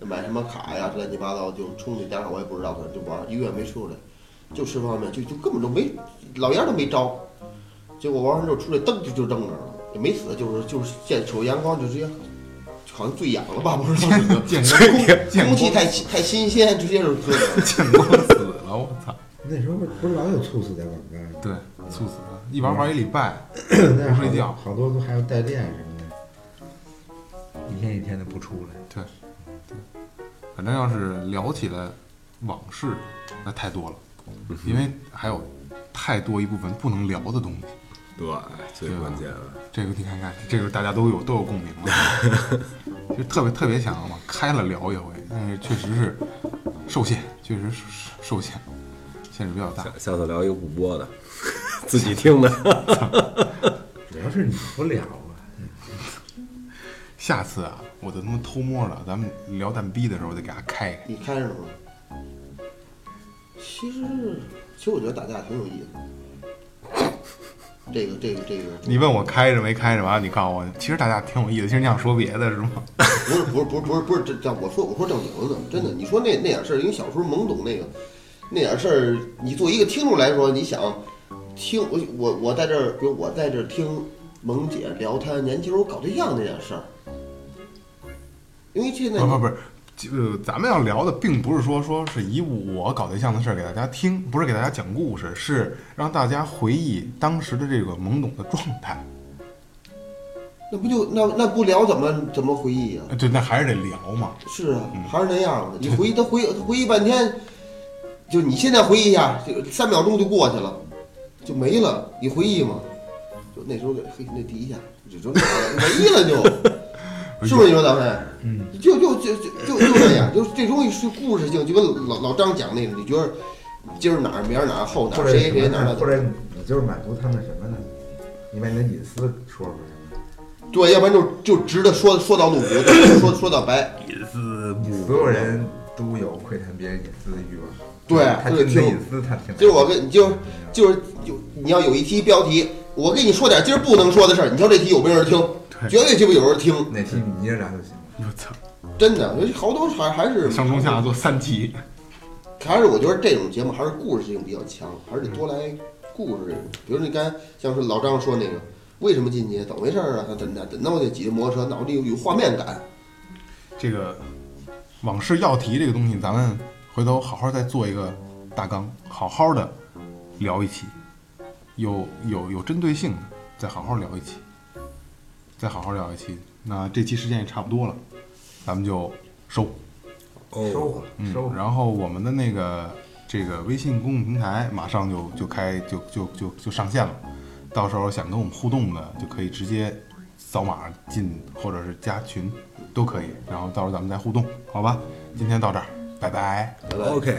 Speaker 2: 买什么卡呀乱七八糟就充去，当然我也不知道，反正就玩，一个月没出来，就吃方便面，就就根本就没老烟都没招，结果玩完之后出来噔就就扔那儿了，也没死，就是就是见瞅阳光就直接。好像醉氧了吧？不知道怎么着
Speaker 1: 见光见光
Speaker 2: 空气太新太新鲜，直接就喝了。
Speaker 1: 见光死了，我操！
Speaker 4: 那时候不是老有猝死在网吧？
Speaker 1: 对，猝死，一
Speaker 4: 嗯
Speaker 1: 玩玩一礼拜，
Speaker 4: 不
Speaker 1: 不睡觉
Speaker 4: 好多都还有代练什么的，一天一天的不出来。
Speaker 1: 对，对，反正要是聊起来往事，那太多了，因为还有太多一部分不能聊的东西。
Speaker 3: 对，最关键了。
Speaker 1: 这个你看看，这个大家都有都有共鸣了，就特别特别想往开了聊一回，但是确实是受限，确实是受限，限制比较大
Speaker 3: 下。下次聊一个不播的， 自己听的。
Speaker 4: 主要是你不聊啊，
Speaker 1: 下次啊，我就他妈偷摸的，咱们聊蛋逼的时候我得给他开开。
Speaker 2: 你开着了吗？其实，其实我觉得打架挺有意思的。这个，这个，这个，
Speaker 1: 你问我开着没开着完了，你告诉我，其实大家挺有意思。其实你想说别的是吗？
Speaker 2: 不是，不是，不是，不是，不是，这这我说我说正经的，真的，你说那那点事儿，因为小时候懵懂那个，那点事儿，你作为一个听众来说，你想听我我我在这儿，比如我在这儿听萌姐聊她年轻时候搞对象那点事儿，因为现在
Speaker 1: 不不不是，呃，咱们要聊的并不是说说是以我搞对象的事儿给大家听，不是给大家讲故事，是让大家回忆当时的这个懵懂的状态。
Speaker 2: 那不就那那不聊怎么怎么回忆啊？
Speaker 1: 呃对，那还是得聊嘛。
Speaker 2: 是啊，
Speaker 4: 嗯
Speaker 2: 还是那样的。你回忆他回他回忆半天，就你现在回忆一下，这个三秒钟就过去了，就没了。你回忆嘛，就那时候嘿，那第一下就就没了 就，是不是？你说咱们，嗯，就就就就就就这样，就是这东西是故事性，就跟老老张讲那个，你觉得今儿哪儿，明儿哪儿，后哪
Speaker 4: 或
Speaker 2: 儿，
Speaker 4: 者
Speaker 2: 谁谁
Speaker 4: 什
Speaker 2: 哪儿哪
Speaker 4: 么
Speaker 2: 儿
Speaker 4: 或者你就是满足他们什么呢？你把你的隐私说出来，
Speaker 2: 对，要不然就就直的说说到露骨，就说说到白，
Speaker 3: 隐
Speaker 4: 呃
Speaker 3: 私
Speaker 4: 所有人都有窥探别人隐私的欲望。
Speaker 2: 对
Speaker 4: 他
Speaker 2: 这个
Speaker 4: 听你的
Speaker 2: 就
Speaker 4: 隐私，他听。
Speaker 2: 就是我跟你就是就是有你要有一期标题，我跟你说点今儿不能说的事儿，你说这题有没有人听？绝对鸡巴有人听，
Speaker 4: 哪期你捏着就行了。
Speaker 1: 我操，
Speaker 2: 真的，我觉得好多还还是
Speaker 1: 上中下做三集，
Speaker 2: 还是我觉得这种节目还是故事性比较强，还是得多来故事这种。比如你刚才像是老张说那个，为什么进去？怎么回事儿啊？怎怎怎弄的？挤着摩托车，脑子里有有画面感。
Speaker 1: 这个往事要题这个东西，咱们回头好好再做一个大纲，好好的聊一期，有有有针对性的，再好好聊一期，再好好聊一期。那这期时间也差不多了，咱们就收。
Speaker 4: 收
Speaker 3: 哦，
Speaker 4: 获了，收
Speaker 1: 嗯，
Speaker 4: 获了。
Speaker 1: 然后我们的那个这个微信公众平台马上就就开就就就就上线了，到时候想跟我们互动的就可以直接扫码进或者是加群都可以，然后到时候咱们再互动，好吧？今天到这儿，拜拜。
Speaker 2: 拜拜。
Speaker 3: ，OK。